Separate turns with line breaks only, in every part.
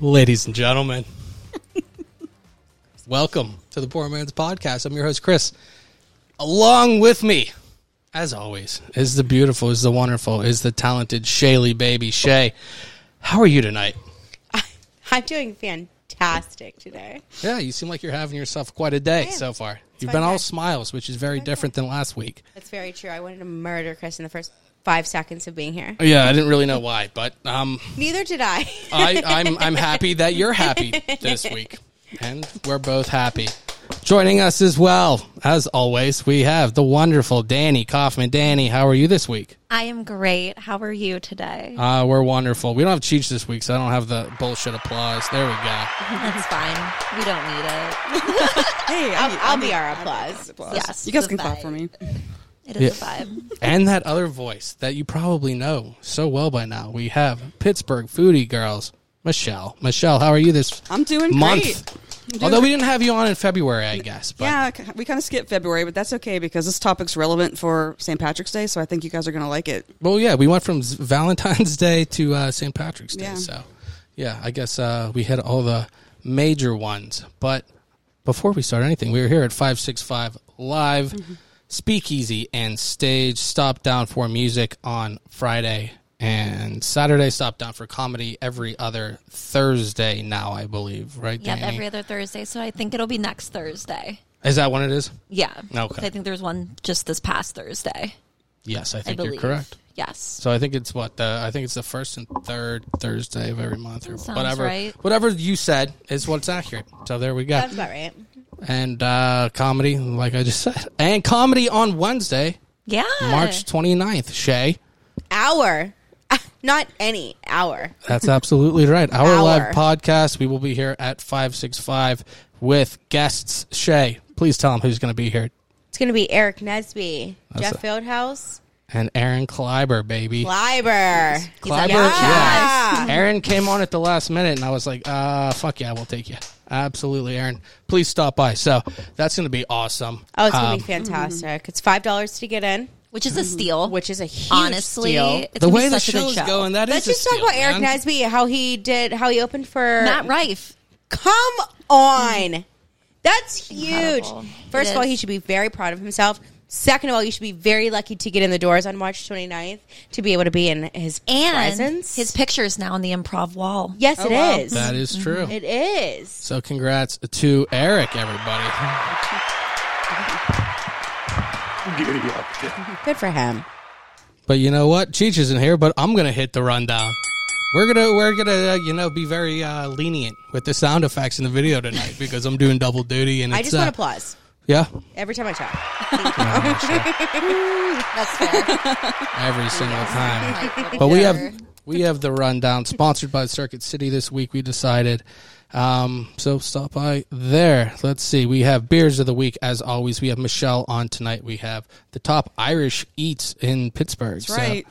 Ladies and gentlemen, welcome to the Poor Man's Podcast. I'm your host, Chris. Along with me, as always, is the beautiful, is the wonderful, is the talented Shaylee Baby Shay. How are you tonight?
I'm doing fantastic today.
Yeah, you seem like you're having yourself quite a day
am.
so far. You've
my
been all
day.
smiles, which is very different than last week.
That's very true. I wanted to murder Chris in the first five seconds of being here.
Yeah, I didn't really know why, but um,
Neither did I.
I, I'm I'm happy that you're happy this week, and we're both happy. Joining us as well, as always, we have the wonderful Danny Kaufman. Danny, how are you this week?
I am great. How are you today?
Uh, we're wonderful. We don't have Cheech this week, so I don't have the bullshit applause. There we go.
That's fine. We don't need it.
Hey,
I'll, I'll be our applause.
Yes.
you guys
the
can clap for
vibe.
me.
It is a vibe.
And that other voice that you probably know so well by now. We have Pittsburgh Foodie Girls, Michelle. Michelle, how are you this
I'm doing
month?
great.
Although we didn't have you on in February, I guess. But
Yeah, k- we kind of skipped February, but that's okay because this topic's relevant for St. Patrick's Day, so I think you guys are going to like it.
Well, yeah, we went from Z- Valentine's Day to uh, St. Patrick's Day.
Yeah.
So, yeah, I guess uh, we hit all the major ones. But before we start anything, we were here at 565 Live, Speakeasy and Stage, Stop Down for Music on Friday and Saturday, Stop Down for Comedy every other Thursday now, I believe, right?
Yep,
Danny?
every other Thursday. So I think it'll be next Thursday.
Is that when it is?
Yeah.
Okay.
I think there's one just this past Thursday.
Yes, I
I
think
believe.
you're correct.
Yes.
So I think it's what the I think it's the first and third Thursday of every month or
Sounds
whatever.
right.
Whatever you said is what's accurate. So there we go.
That's about right.
And uh, comedy, like I just said, and comedy on Wednesday,
Yeah.
March 29th. Shay,
Hour. Not any hour.
that's absolutely right. Our
Hour.
live podcast. We will be here at five six five with guests. Shay, please tell them who's going to be here.
It's going to be Eric Nesby,
That's
Jeff Fieldhouse,
And Aaron Kleiber, baby.
Liber.
Kleiber, yeah. Aaron came on at the last minute, and I was like, uh, fuck yeah, we'll take you. Absolutely, Aaron. Please stop by. So that's going to be awesome. Um,
Oh, it's going to be fantastic. It's $5 to get in,
Which is a steal.
which is a huge
honestly
steal.
it's
the
gonna be
way the
such a good
show's
show.
going, that is
Let's
a
just talk
steal,
about Eric
man.
Nesby, how he did, how he opened for
Matt Rife.
Come on. That's huge.
Incredible.
First
It
of all,
is.
he should be very proud of himself. Second of all, you should be very lucky to get in the doors on March 29th to be able to be in his
And
presence.
his picture is now on the improv wall.
yes, it is.
wow.
That is true.
It is.
So congrats to Eric, everybody.
Good for him.
But you know what? Cheech isn't here, but I'm going to hit the rundown. We're gonna we're gonna uh, you know be very uh, lenient with the sound effects in the video tonight because I'm doing double duty and it's,
I just want
uh,
applause
yeah
every time I talk.
That's fair.
every single time.
Like,
But we
whatever.
have we have the rundown sponsored by Circuit City this week. We decided, um, so stop by there. Let's see. We have beers of the week as always. We have Michelle on tonight. We have the top Irish eats in Pittsburgh. That's
Right.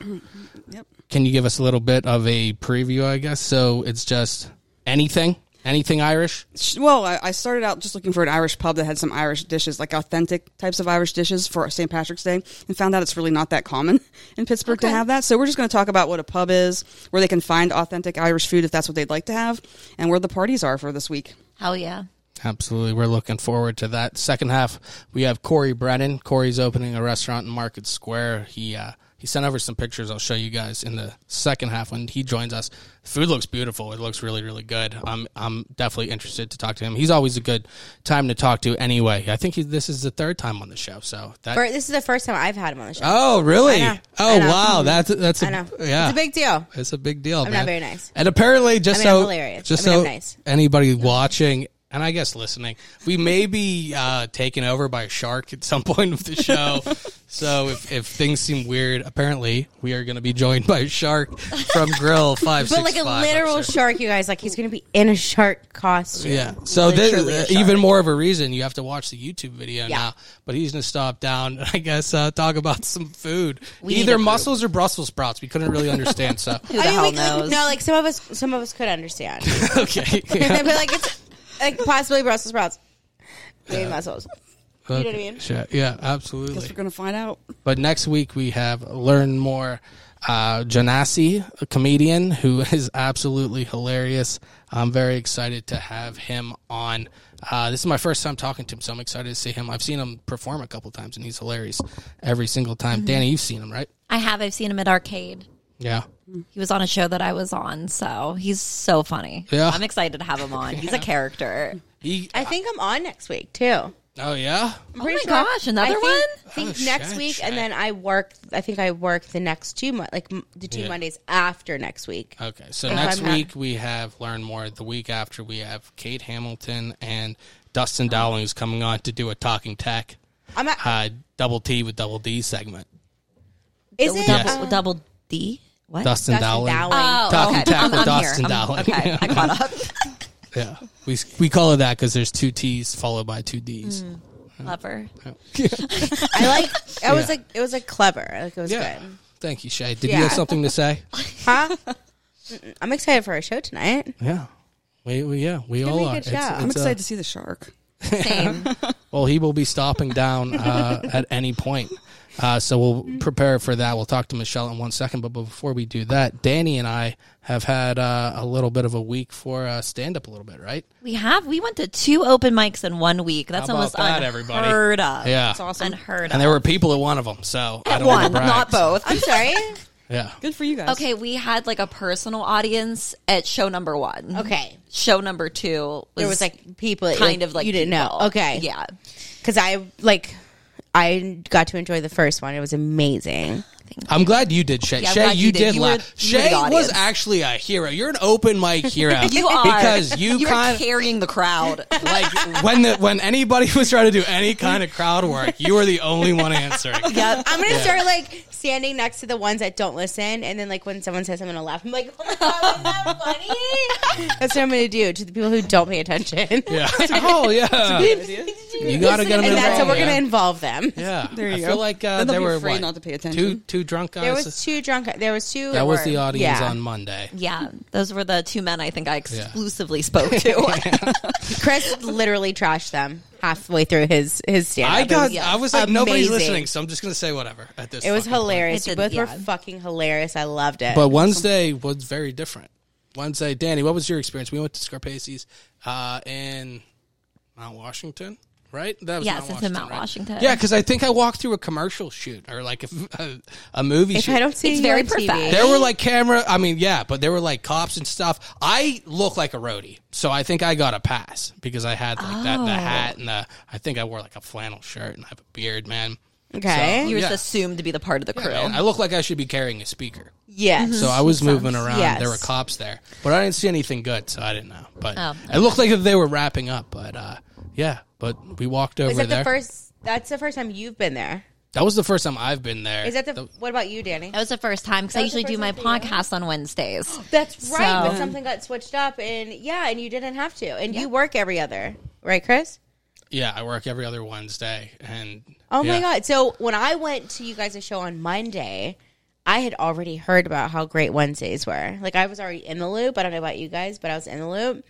yep.
can you give us a little bit of a preview? I guess so. It's just anything, anything Irish.
Sh- Well, I, I started out just looking for an Irish pub that had some Irish dishes, like authentic types of Irish dishes for St. Patrick's Day, and found out it's really not that common in Pittsburgh to have that. So we're just going to talk about what a pub is, where they can find authentic Irish food if that's what they'd like to have, and where the parties are for this week.
Hell yeah.
Absolutely. We're looking forward to that. Second half, we have Corey Brennan. Corey's opening a restaurant in Market Square. He uh, he sent over some pictures I'll show you guys in the second half when he joins us. Food looks beautiful. It looks really, really good. I'm I'm definitely interested to talk to him. He's always a good time to talk to anyway. I think he, this is the third time on the show. So that
For- this is the first time I've had him on the show.
Oh, really?
I know.
Oh,
I know.
wow. That's that's a,
I know.
Oh, yeah.
It's a big deal.
It's a big deal. I'm
not very nice.
And apparently, just
I mean, I'm
so
hilarious.
just
I mean,
so
I'm nice.
anybody watching and I guess listening. We may be uh, taken over by a shark at some point of the show. so if, if things seem weird, apparently we are going to be joined by a shark from Grill Five Six
But
Five.
like a literal shark, you guys. Like he's gonna be in a shark costume.
Yeah. So
Literally a
this, uh,
shark.
even more of a reason you have to watch the YouTube video
Yeah.
now. But he's gonna stop down. and I guess uh, talk about some food,
We need
either
a group.
mussels or Brussels sprouts. We couldn't really understand. So
Who the
I mean,
hell
we
knows?
Could, no, like some of us, some of us could understand,
okay, yeah.
but like it's like possibly Brussels sprouts, maybe mussels. You know what I mean?
Sure. yeah,
Guess we're
absolutely.
gonna find out.
But next week we have learn more. Uh, Janassi, a comedian who is absolutely hilarious. I'm very excited to have him on. Uh, this is my first time talking to him, so I'm excited to see him. I've seen him perform a couple times, and he's hilarious every single time.
Mm-hmm.
Danny, you've seen him, right?
I have. I've seen him at Arcade.
Yeah.
He was on a show that I was on, so he's so funny.
Yeah.
I'm excited to have him on. He's a character.
He,
I think I'm on next week too.
oh yeah.
I'm
my gosh, another
I think,
one?
Think
Oh,
next
shit,
week,
shit.
and then I work. I think I work the next two months, like m- the two
Yeah. Uh,
Mondays after next week.
Okay, so
If
next
I'm not-
week we have learn more. The week after we have Kate Hamilton and Dustin Dowling is coming on to do a talking tech
I'm at,
uh, double T with double D segment.
is it
double,
um,
double D? What?
Dustin,
Dustin
Dowling.
Dowling?
Oh,
Talking
okay.
Tech
I'm,
with
I'm
Dustin
here. I'm-
Dowling.
okay, I caught up.
Yeah, we we call it that because there's two T's followed by two D's.
Mm,
Lover.
I like. I was
Yeah.
like. It was like clever. Like it was
Yeah.
good.
Thank you, Shay. Did you
Yeah.
have something to say?
Huh? Mm-mm. I'm excited for our show tonight.
Yeah. We, we yeah we
gonna
all
be a
are.
good show.
I'm
uh,
excited to see the shark.
Same.
Well, he will be stopping down uh, at any point. Uh, so we'll prepare for that. We'll talk to Michelle in one second. But before we do that, Danny and I have had uh, a little bit of a week for uh, stand up, a little bit, right?
We have. We went to two open mics in one week. That's
How about
almost
that,
unheard
everybody?
of.
Yeah.
That's awesome. Unheard
And
of.
there were people at one of them. So I don't
One,
wanna brag.
not both.
I'm sorry.
Yeah.
Good for you guys.
Okay, we had like a personal audience at show number one.
Okay.
Show number two was,
There was like people.
kind of like
you didn't know.
people.
Okay.
Yeah.
Because I like. I got to enjoy the first one. It was amazing.
I'm glad you did, Shay.
Yeah, I'm
Shay,
glad
you,
you did.
did
You were-
laugh.
you were
Shay
the audience.
was actually a hero. You're an open mic hero.
You are
because you,
you
kind
are carrying the crowd.
like when the when anybody was trying to do any kind of crowd work, you were the only one answering.
yep.
I'm gonna start like standing next to the ones that don't listen, and then like when someone says I'm gonna laugh, I'm like, oh my god, was that funny? That's what I'm gonna do to the people who don't pay attention.
Yeah. oh yeah. You gotta get them
and that's how
involved.
we're gonna
yeah.
involve them.
Yeah.
There
I
you
feel
go.
like uh,
Then they'll
there
be
were
afraid
what,
not to pay
Two
attention.
two drunk guys.
There was two drunk. There was two.
that was the
were-
audience
yeah.
on Monday.
Yeah, those were the two men I think I exclusively spoke to.
Chris literally trashed them halfway through his his stand.
I got.
yeah.
I was like, nobody's
Amazing.
listening, so I'm just gonna say whatever at this.
It was
fucking
hilarious.
It
You
did-
both were
yeah.
fucking hilarious. I loved it.
But Wednesday was very different. Wednesday, Danny, what was your experience? We went to Scarpace's uh, in Mount Washington, right? That was
Yes, it's in Mount Washington.
Yeah, because I think I walked through a commercial shoot or like a, a, a movie
if
shoot.
I don't see
It's
you
very
on TV,
perfect.
there were like camera. I mean, yeah, but there were like cops and stuff. I look like a roadie, so I think I got a pass because I had like that, the
Oh.
hat, and the. I think I wore like a flannel shirt and I have a beard, man.
Okay.
you were
Yeah.
just assumed to be the part of the crew.
Man, I look like I should be carrying a speaker.
yes.
So I was moving around.
Yes.
There were cops there, but I didn't see anything good, so I didn't know. But
Oh.
it looked like they were wrapping up. But uh, yeah, but we walked over
Is that
there.
the first? That's the first time you've been there.
that was the first time I've been there.
Is that the? what about you, Danny?
That was the first time because I
was the
usually do my
first time for
podcast on Wednesdays.
That's right, but
So-
something got switched up, and yeah, and you didn't have to, and you work every other, right, Chris?
yeah, I work every other Wednesday, and
Oh my
yeah.
god! So when I went to you guys' show on Monday, I had already heard about how great Wednesdays were. Like I was already in the loop. I don't know about you guys, but I was in the loop,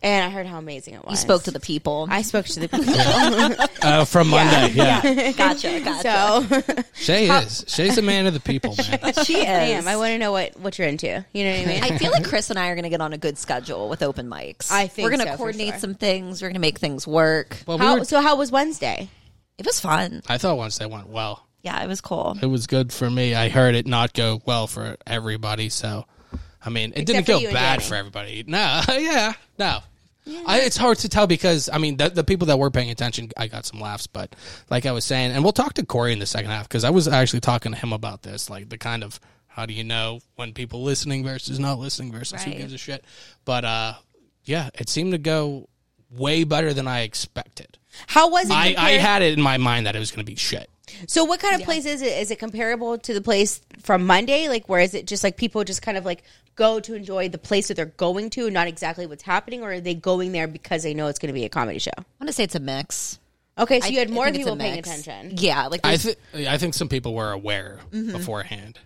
and I heard how amazing it was.
You spoke to the people.
I spoke to the people.
Uh, from Monday, yeah.
gotcha, gotcha.
so
Shay is Shay's a man of the people, man.
she is.
I am. I want to know what what you're into. You know what I mean?
I feel like Chris and I are going to get on a good schedule with open mics.
I think
we're gonna
so, for
coordinate
sure.
some things. We're going to make things work.
Well, we
how,
were,
so how was Wednesday?
It was fun.
I thought Wednesday went well.
Yeah, it was cool.
It was good for me. I heard it not go well for everybody, so I mean, it didn't
for
go
you and
bad
Danny.
for everybody. No, yeah, no. I, it's hard to tell because I mean the, the people that were paying attention, I got some laughs. But like I was saying, and we'll talk to Corey in the second half because I was actually talking to him about this, like the kind of how do you know when people listening versus not listening versus who
Right.
gives a shit. But uh, yeah, it seemed to go way better than I expected.
How was it?
I, I
compared-
had it in my mind that it was going to be shit.
So what kind of place is it? Is it comparable to the place from Monday? Like where is it just like people just kind of like go to enjoy the place that they're going to and not exactly what's happening or are they going there because they know it's going to be a comedy show?
want to say it's a mix.
Okay, so you had
I
more
think it's a
people paying
mix.
attention.
Yeah, like
I Mm-hmm.
there's-
think I think some people were aware beforehand.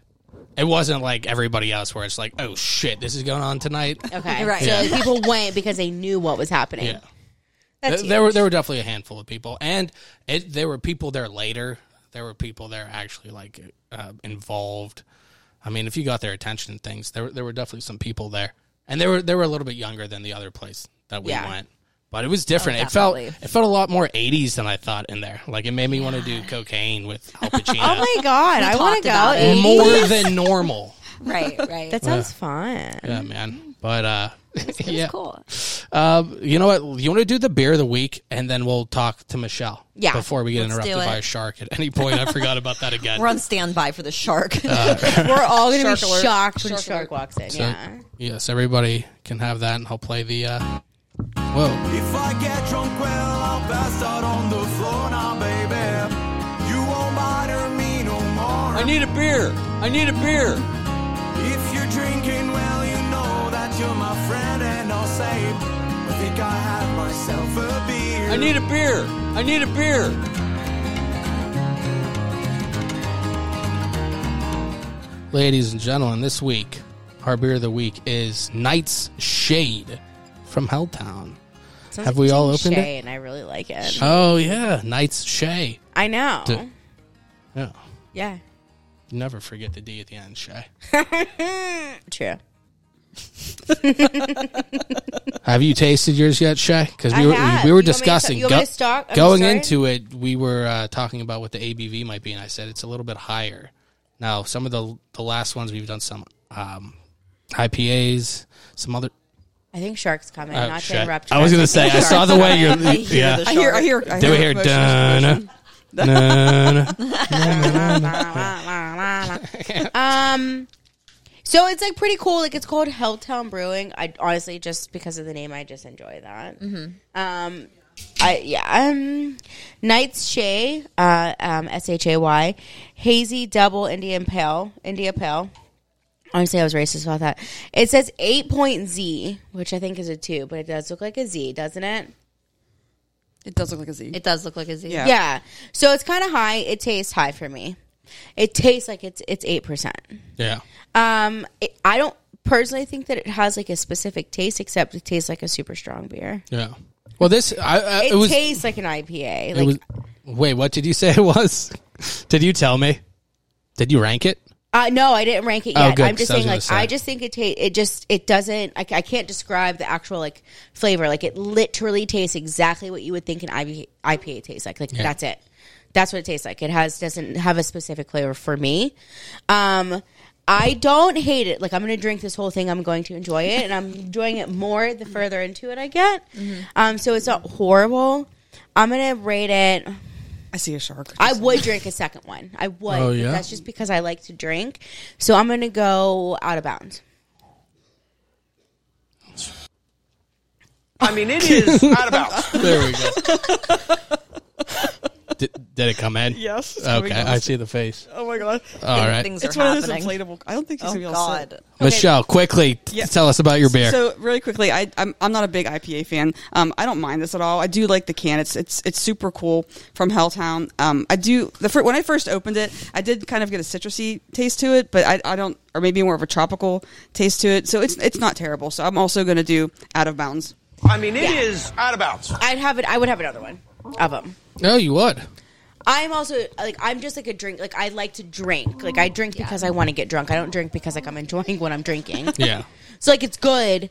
It wasn't like everybody else where it's like, oh shit, this is going on tonight.
Okay.
Right.
So
Yeah.
people went because they knew what was happening.
Yeah.
That's
Th- there were there were definitely a handful of people, and it there were people there later. There were people there actually like uh, involved. I mean, if you got their attention and things, there were- there were definitely some people there, and they were they were a little bit younger than the other place that we
Yeah.
went. But it was different. it felt
definitely.
it felt a lot more '80s than I thought in there. Like it made me want to do cocaine with Al Pacino
Oh my god, I want
talked
to go.
about it.
eat.
more than normal.
right, right.
That sounds fun.
Yeah, man. But uh, yeah,
That's cool.
Um, you know what? You want to do the beer of the week, and then we'll talk to Michelle.
Yeah.
Before we get
Let's do
interrupted by
it.
a shark at any point, I forgot about that again.
We're on standby for the shark.
Uh,
We're all going to be
Shark alert.
shocked when
Shark
shark
alert.
walks in.
So,
Yeah.
Yes, everybody can have that, and I'll play the. Uh, whoa!
If I get drunk, well, I'll pass out on the floor now, baby. You won't bother me no more.
I need a beer. I need a beer.
If you're drinking, well, you know that you're my friend, and I'll say, I think I had myself a beer.
I need a beer. I need a beer.
Ladies and gentlemen, this week our beer of the week is Night's Shade from Helltown.
Sounds
Have we all opened
Team
it?
Shay, And I really like it.
Oh yeah, Night's Shay.
I know.
Dude. Yeah,
Yeah.
you never forget the D at the end, Shay.
True.
Have you tasted yours yet, Shay? Because
I
we were
have.
we were
You want me to
discussing
sta- you want me to start- I'm
going
sorry?
into it. We were uh, talking about what the ABV might be, and I said it's a little bit higher. Now, some of the the last ones we've done some um, IPAs, some other.
I think shark's coming.
oh,
Not
shit.
to interrupt.
I was
going
going to say I saw the way you're. yeah,
I hear, I hear, I
do we
hear
hear
motion.
dun dun?
um, so it's like pretty cool. Like it's called Helltown Brewing. I honestly just because of the name, I just enjoy that. Um, I yeah. Um, Night's Shay, uh, um, S H A Y, hazy double Indian pale, India pale. Honestly, I was racist about that. It says eight point Z, which I think is a two, but it does look like a Z, doesn't it?
It does look like a Z.
it does look like a Z.
Yeah.
Yeah. So it's kind of high. It tastes high for me. It tastes like it's it's eight percent.
Yeah,
Um, it, I don't personally think that it has like a specific taste, except it tastes like a super strong beer.
yeah. Well, this I, I,
It,
it was.
tastes like an IPA.
it
Like
was. Wait, what did you say it was? Did you tell me? Did you rank it?
Uh, no, I didn't rank it
Oh,
yet.
good,
I'm just
'cause I was
saying,
gonna
like,
say.
I just think it ta- it just it doesn't. I, I can't describe the actual like flavor. Like, it literally tastes exactly what you would think an IB- IPA tastes like. Like, that's it. That's what it tastes like. It has doesn't have a specific flavor for me. Um, I don't hate it. Like, I'm gonna drink this whole thing. I'm going to enjoy it, and I'm enjoying it more the further into it I get.
Mm-hmm.
Um, so it's not horrible. I'm gonna rate it.
I see a shark.
I would drink a second one. I would.
Oh,
but
yeah?
That's just because I like to drink. So I'm going to go out of bounds.
I mean, it is out of bounds.
There we go. did, did it come in?
Yes, it's coming
Okay,
out.
I see the face.
oh my god!
All right,
Things
It's
are
one
happening.
of those inflatable. I don't think she's
oh
gonna be able to sit.
God.
Michelle, quickly t-
Yeah.
tell us about your beer.
So really quickly, I, I'm I'm not a big IPA fan. Um, I don't mind this at all. I do like the can. It's it's it's super cool from Helltown. Um, I do the fir- when I first opened it, I did kind of get a citrusy taste to it, but I, I don't, or maybe more of a tropical taste to it. So it's it's not terrible. So I'm also going to do out of bounds.
I mean, it is out of bounds.
I'd have it. I would have another one of them.
oh, you would.
I'm also like I'm just like a drink. Like I like to drink. Like I drink because I want to get drunk. I don't drink because like I'm enjoying what I'm drinking.
Yeah.
So like it's good.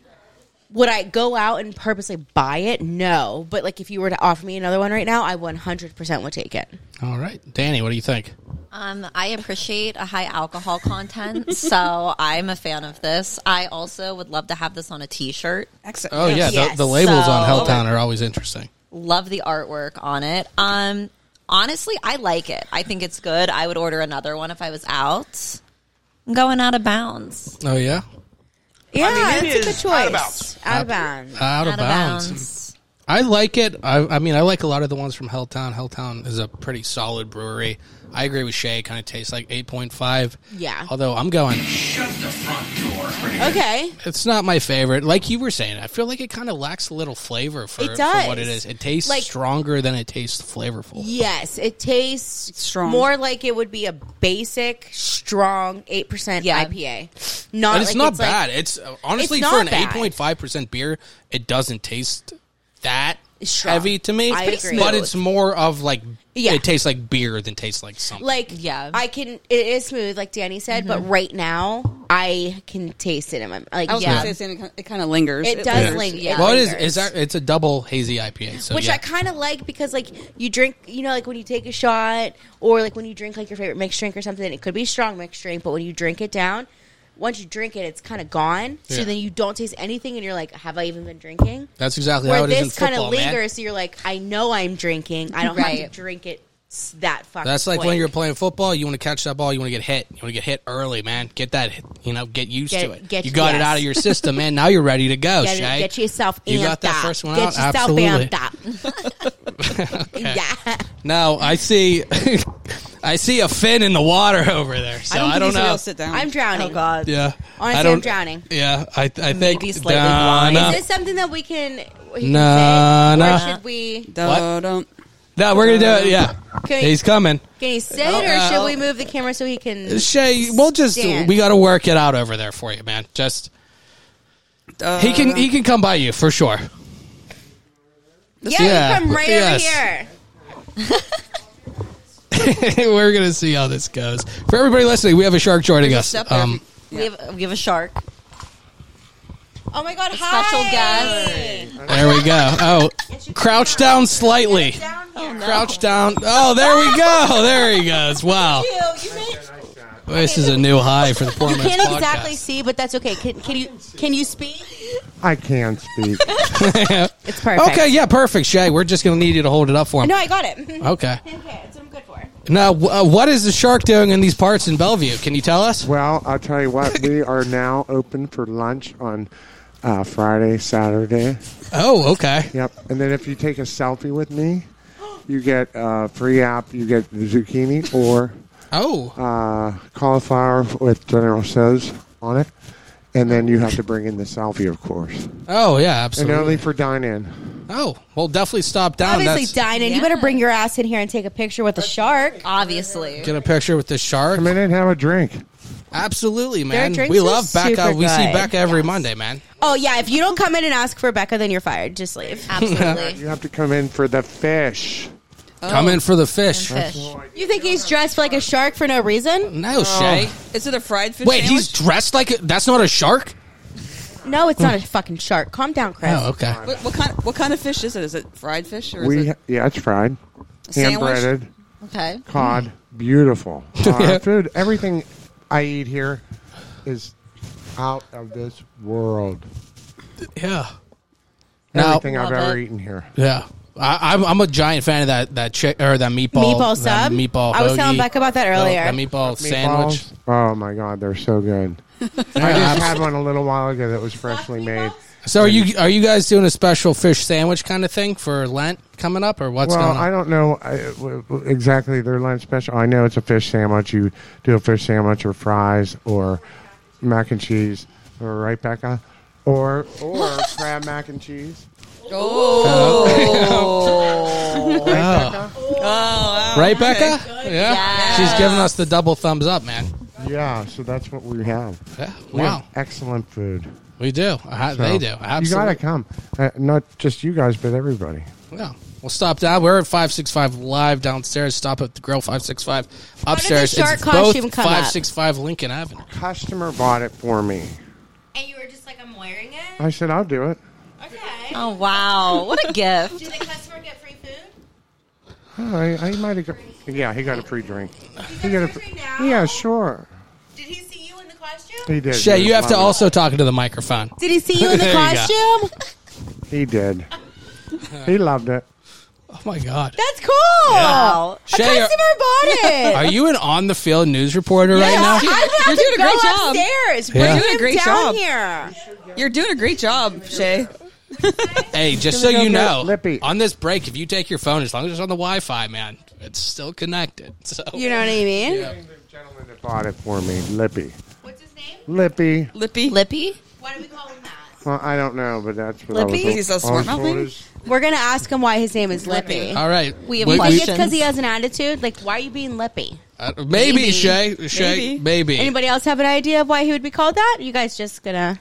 Would I go out and purposely buy it? No. But like if you were to offer me another one right now, I 100% would take it.
All right, Danny, what do you think?
Um, I appreciate a high alcohol content, so I'm a fan of this. I also would love to have this on a T-shirt.
Excellent.
Oh yeah,
Yes.
the, the labels on
So-
Helltown are always interesting.
Love the artwork on it. Um, honestly, I like it. I think it's good. I would order another one if I was out. I'm going out of bounds.
Oh yeah,
Yeah,
mean, it
that's a good
is out of
choice.
bounds.
Out of bounds.
out, of,
out
bounds.
of bounds.
I like it. I, I mean, I like a lot of the ones from Helltown. Helltown is a pretty solid brewery. I agree with Shay. Kind of tastes like eight point five.
Yeah.
Although I'm going,
Okay.
it's not my favorite. Like you were saying, I feel like it kind of lacks a little flavor for,
It
for what it
does.
is. It tastes
Like-
stronger than it tastes flavorful.
Yes, it tastes
strong.
More like it would be a basic, strong eight percent
Yeah.
IPA. Not
And it's
like
not
like-
bad. it's uh, honestly
it's
for
not
an eight
bad.
point five percent beer, it doesn't taste that
Strong.
heavy to me.
I It's pretty agree.
But
smooth.
it's more of like
Yeah.
it tastes like beer than tastes like something.
like
Yeah. Mm-hmm.
I can. It is smooth, like Danny said. But right now, I can taste it in my like.
I
Oh,
was
yeah,
going to say the same. It kind of lingers.
It does
lingers.
linger.
Yeah.
well, it is.
lingers.
Is that? It's a double hazy IPA. So
which
yeah.
I kind of like because like you drink, you know, like when you take a shot or like when you drink like your favorite mixed drink or something, it could be strong mixed drink, but when you drink it down, once you drink it, it's kind of gone.
Yeah.
So then you don't taste anything, and you're like, have I even been drinking?
That's exactly how
Where
it is in
this kind
football,
of
man.
lingers, so you're like, I know I'm drinking, I don't
Right.
have to drink it s- that fucking.
That's like
quick.
when you're playing football. You want to catch that ball. You want to get hit. You want to get hit early, man. Get that. hit- You know, get used
Get-
to it.
get-
you got it
yes.
out of your system, man. Now you're ready to go,
Get,
Shay.
it- get yourself
You
amped
got that
up.
first one
Get
out?
yourself
Absolutely.
amped up. Yeah.
No, I see. I see a fin in the water over there. So
I don't,
I don't,
think these
know.
will sit down.
I'm drowning.
Oh, God.
Yeah,
Honestly,
I don't,
I'm drowning.
Yeah, I, I think
Maybe slightly
Donna-
Is this something that we can? we can
No,
say?
no.
Or should we?
Da- dum.
No, we're gonna do it. Yeah,
Can we-
he's coming.
Can he sit, or
Uh,
should we move the camera so he can?
Shay, we'll just
Dan.
we got to work it out over there for you, man. Just
Da-
he can he can come by you for sure.
Yeah,
yeah.
you come right
Yes.
over here.
we're gonna see how this goes. For everybody listening, we have a shark joining us.
step there.
Um,
We have we have a shark.
Oh my God! Hi.
Special guest.
there we go. Oh, crouch down slightly.
Down here.
Crouch down. Oh, there we go. There he goes. Wow,
You, you may-
this is a new high for the poor
you
man's
can't
podcast.
exactly see, but that's okay. Can, can you? Can you speak?
I can speak.
It's perfect.
Okay, yeah, perfect, Shay. We're just gonna need you to hold it up for him.
No, I got it. Okay,
Okay.
that's what I'm good for.
Now, wh- uh, what is the shark doing in these parts in Bellevue? Can you tell us?
well, I'll tell you what, we are now open for lunch on uh, Friday, Saturday.
Oh, okay.
Yep. And then if you take a selfie with me, you get uh, free app, you get the zucchini or
Oh,
uh, cauliflower with General So's on it. And then you have to bring in the selfie, of course.
oh, yeah,
And
absolutely.
only for dine in.
Oh, well, definitely stop down.
Obviously,
That's,
Dinan, you
Yeah.
better bring your ass in here and take a picture with the shark.
Obviously.
get a picture with the shark.
Come in and have a drink.
Absolutely,
Their
man.
drinks
We
are
love Becca.
super
We see
good.
Becca every Monday, man.
Oh yeah, if you don't come in and ask for Becca, then you're fired. Just leave.
You
Absolutely.
have to come in for the fish.
Come in for the fish.
Fish.
You think he's dressed like a shark for no reason?
No, Shay.
Is it a fried fish
Wait,
sandwich?
he's dressed like a, that's not a shark.
No, it's not a fucking shark. Calm down, Chris.
Oh, okay.
What, what kind? What kind of fish is it? Is it fried fish or is
We
it?
yeah, it's fried, hand
sandwich?
breaded
Okay.
cod, beautiful Uh, food. Everything I eat here is out of this world.
Yeah. Now,
Everything I've
Love
ever
it.
eaten here.
yeah. I, I'm, I'm a giant fan of that that chick or that meatball
Meatball
that
sub.
meatball.
I was telling
hoagie.
Becca about that
Oh,
earlier.
That meatball sandwich.
Meatballs, Oh my god, they're so good. I just had one a little while ago that was freshly made.
So are you are you guys doing a special fish sandwich kind of thing for Lent coming up or what's
Well,
going on?
I don't know I, w- w- exactly their lunch special. I know it's a fish sandwich. You do a fish sandwich or fries or mac and cheese, or right, Becca, or or crab mac and cheese.
right, Becca? Yeah. She's giving us the double thumbs up, man.
Yeah, so that's what we have.
Yeah.
We
Wow.
have excellent food.
We do. Uh, they do. Absolutely.
You gotta come. Uh, not just you guys, but everybody.
Yeah. We'll stop down. We're at 565 live downstairs. Stop at the grill 565 upstairs.
shark
it's both
costume come up?
565 Lincoln Avenue.
Customer bought it for me.
And you were just like, I'm wearing it?
I said, I'll do it.
Okay.
Oh wow! What a gift.
Did the customer get free food?
Oh, I, I might have. Got, yeah, he got a free drink. He got a.
free
Free,
drink now?
yeah, sure.
Did he see you in the costume?
He did.
Shay,
He
you have to
loved
also talk into the microphone.
Did he see you in the
There you go.
costume?
it. He did. he loved it.
Oh, my God.
That's cool.
Wow.
A
Shay, are,
customer bought it.
are you an on the field news reporter right now?
I
You're
would have to
doing a
go
great job.
upstairs.
Yeah.
Bring
You're doing
a
him
great
down
job.
here.
You're doing a great job, Shay.
Hey, just so
go
you
get
know,
Lippy.
on this break, if you take your phone, as long as it's on the Wi-Fi, man, it's still connected. So
You know what I mean?
The gentleman that bought it for me, Lippy.
What's his name?
Lippy.
Lippy.
Lippy?
Why do we call him that?
Well, I don't know, but that's what
Lippy?
I was
He's so
I was
smart,
told
Lippy.
is-
We're gonna ask him why his name is Lippy.
Uh,
All right,
We have
You think it's
Questions?
because he has an attitude? Like, why are you being Lippy?
Uh, maybe,
Maybe.
Shay, Shay, maybe.
Anybody else have an idea of why he would be called that? you guys just gonna?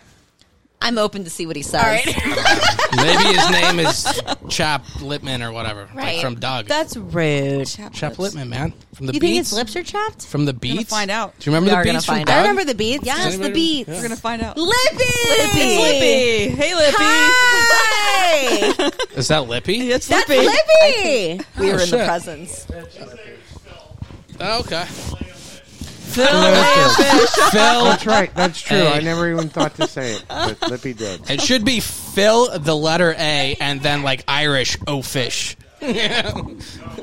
I'm open to see what he says.
maybe his name is Chap Lipman or whatever, like
Right.
from Dog.
that's rude.
Chap Lipman, man, from the
You
Beats.
think his lips are chapped?
from the Beats.
find out.
Do you remember
We
the
are gonna
Beats? From
find
Doug?
out.
I remember the beats.
Does
Yes, the
anybody-
beats.
yeah.
We're gonna find out.
Lippy.
Lippy.
Lippy. Hey, Lippy.
Hi.
Is that Lippy?
It's
That's
Lippy.
Lippy.
We were in the
shit.
presence.
Oh, okay. Phil.
That's right. That's true.
Hey.
I never even thought to say it, but Lippy did.
It should be Phil, the letter A, and then like Irish O fish.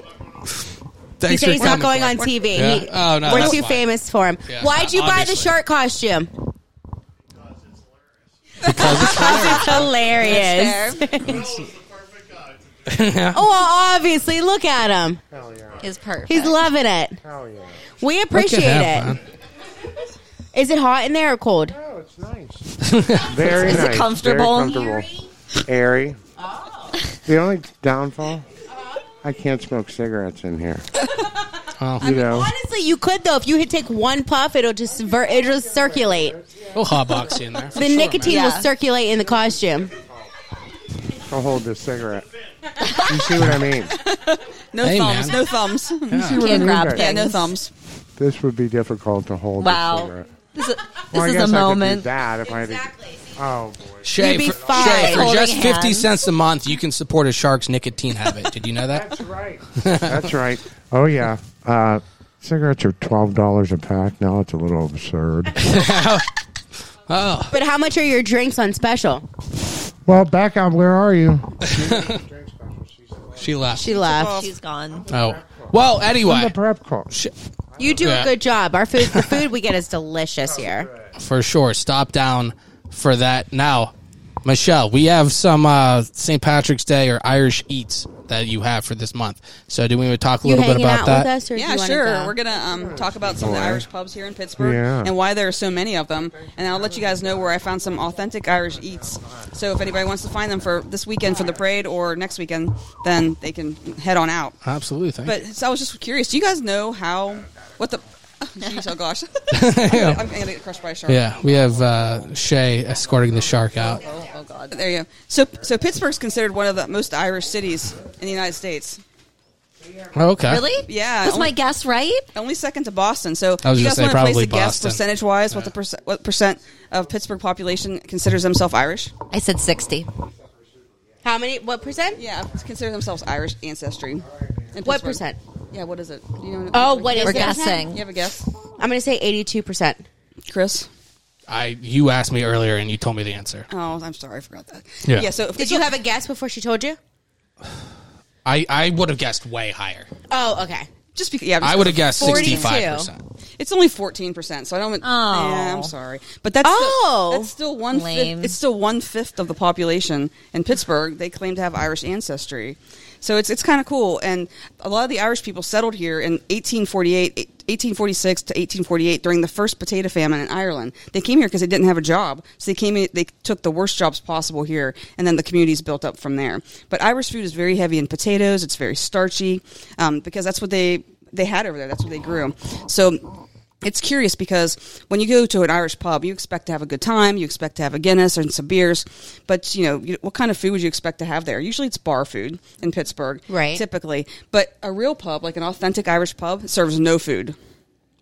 He
Thanks
said
for
he's not
coming,
going
Clark.
on TV.
Yeah.
He-
Oh, no,
we're
that's
too
fine.
famous for him.
Yeah,
Why'd you buy the
obviously.
shark costume?
Because it's Irish.
It's hilarious.
There.
Oh, well, obviously, look at him.
Hell yeah.
Is perfect.
He's loving it.
Hell yeah.
We
Look at
appreciate
that,
it.
man.
Is it hot in there or cold?
Oh, it's nice. Very
Is it
nice.
comfortable?
Very comfortable. Airy. Oh. The only downfall, I can't smoke cigarettes in here. You know,
Honestly, you could though. If you hit take one puff, it'll just ver- it'll just circulate.
We'll hotbox you in there.
The nicotine
man.
will
Yeah.
circulate in the costume.
I'll hold this cigarette. You see what I mean?
No
Hey,
thumbs.
man.
No thumbs. Yeah.
See what I
Can't
mean
grab
there?
that.
no thumbs.
This would be difficult to hold. this
Wow.
cigarette.
This is,
Well, I
this
guess
is a
I could do
moment.
that if I had to, oh boy.
Shay,
You'd be
for,
fine.
Shay, for
Holding
just fifty
hands.
cents a month, you can support a shark's nicotine habit. Did you know that?
That's right. That's right. Oh yeah. Uh, cigarettes are twelve dollars a pack now. It's a little absurd.
But how much are your drinks on special?
well, back up. Where are you?
She left.
She left.
She's gone.
oh. Well,
The
anyway,
prep course.
sh-
You do
Yeah.
a good job. Our food, the food we get is delicious here.
for sure, stop down for that. Now, Michelle, we have some uh, St. Patrick's Day or Irish eats that you have for this month. So, do we want to talk a
You
little bit
hanging
about
out
that?
with us, or do
Yeah,
you wanna
sure.
go?
We're gonna um, talk about some of the
Boy.
Irish pubs here in Pittsburgh
Yeah.
and why there are so many of them. And I'll let you guys know where I found some authentic Irish eats. So if anybody wants to find them for this weekend for the parade or next weekend, then they can head on out.
Absolutely. Thank
But so I was just curious. Do you guys know how? What the? Oh, jeez, oh gosh.
you.
I'm gonna get crushed by a shark.
Yeah, we have uh, Shay escorting the shark out.
Oh, There you go. So, so Pittsburgh's considered one of the most Irish cities in the United States.
Oh, Okay.
Really?
Yeah,
That's
only-
my guess, right?
Only second to Boston. So,
I was
you
gonna
guys
say
want to place
probably
a guess
Boston.
percentage wise what the perc- what percent of Pittsburgh population considers themselves Irish?
I said 60.
How many? What percent?
Yeah, consider themselves Irish ancestry. in
What
Pittsburgh.
percent?
Yeah, what is it? Do you know
Oh, what is
We're
it?
guessing.
You have a guess,
I'm gonna say 82 percent.
Chris?
I you asked me earlier and you told me the answer.
Oh, I'm sorry, I forgot that.
Yeah.
so if
Did
it's-
you have a guess before she told you?
I, I would have guessed way higher.
Oh, okay.
just because? Yeah,
I would have guessed
42.
sixty five percent.
It's only fourteen percent, so I don't.
Oh.
yeah, I'm sorry, but that's
Oh.
still, that's still one.
Lame.
Fifth, it's still one fifth of the population in Pittsburgh. They claim to have Irish ancestry, so it's it's kind of cool. And a lot of the Irish people settled here in 1848. 1846 to 1848 during the first potato famine in Ireland. They came here because they didn't have a job. So they came in they took the worst jobs possible here and then the communities built up from there. But Irish food is very heavy in potatoes, it's very starchy um, because that's what they they had over there. That's what they grew. So it's curious because when you go to an Irish pub, you expect to have a good time. You expect to have a Guinness and some beers, but you know you, what kind of food would you expect to have there? Usually, it's bar food in Pittsburgh,
Right.
Typically, but a real pub, like an authentic Irish pub, serves no food.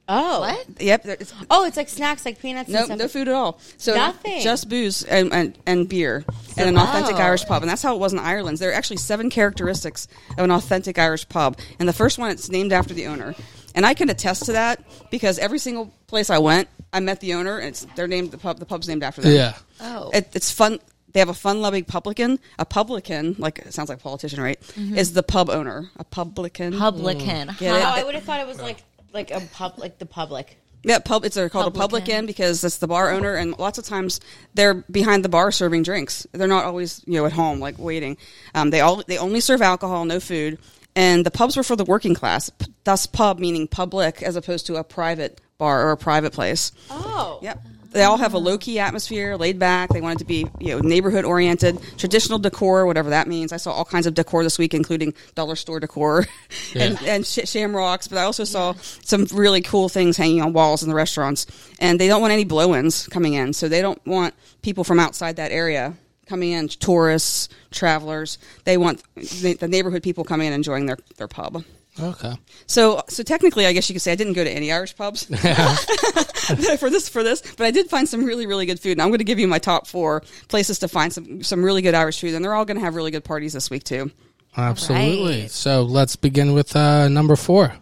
Oh.
What?
Yep, there- it's,
Oh, it's like snacks, like peanuts.
no,
and stuff.
no food at all. So
Nothing.
just booze and, and, and beer at an authentic
wow.
Irish pub, and that's how it was in Ireland. There are actually seven characteristics of an authentic Irish pub, and the first one it's named after the owner, and I can attest to that because every single place I went, I met the owner, and it's, they're named the pub. The pub's named after them.
Yeah.
Oh.
It, it's fun. They have a fun-loving publican. A publican, like it sounds like a politician, right? Is the pub owner a publican?
Publican.
Get it?
Oh, I would have thought it was like like a pub, like the public.
Yeah, pub. It's they're called a
Publican.
publican because it's the bar owner, and lots of times they're behind the bar serving drinks. They're not always you know at home like waiting. Um, they all they only serve alcohol, no food, and the pubs were for the working class. P- thus, pub meaning public as opposed to a private bar or a private place.
Oh.
Yep. They all have a low key atmosphere, laid back. They want it to be, you know, neighborhood oriented, traditional decor, whatever that means. I saw all kinds of decor this week, including dollar store decor and, and sh- shamrocks. But I also saw some really cool things hanging on walls in the restaurants. And they don't want any blow ins coming in. So they don't want people from outside that area coming in, tourists, travelers. They want the the neighborhood people coming in enjoying their, their pub.
Okay.
So, so technically, I guess you could say I didn't go to any Irish pubs for this for this, but I did find some really really good food, and I'm going to give you my top four places to find some some really good Irish food, and they're all going to have really good parties this week too.
Absolutely. So let's begin with uh, number four.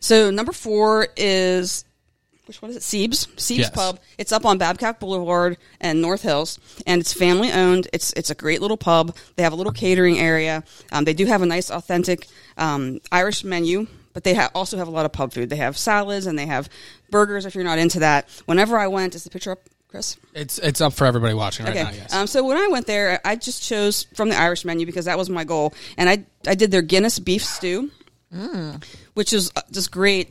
So number four is which one is it? Siebes. Siebes
Yes.
Pub. It's up on Babcock Boulevard and North Hills, and it's family owned. It's it's a great little pub. They have a little catering area. Um, they do have a nice, authentic um, Irish menu, but they ha- also have a lot of pub food. They have salads and they have burgers. If you're not into that, whenever I went, is the picture up, Chris?
It's it's up for everybody watching right
Okay.
now. Yes.
Um, so when I went there, I just chose from the Irish menu because that was my goal, and I I did their Guinness beef stew,
Mm.
which is uh, just great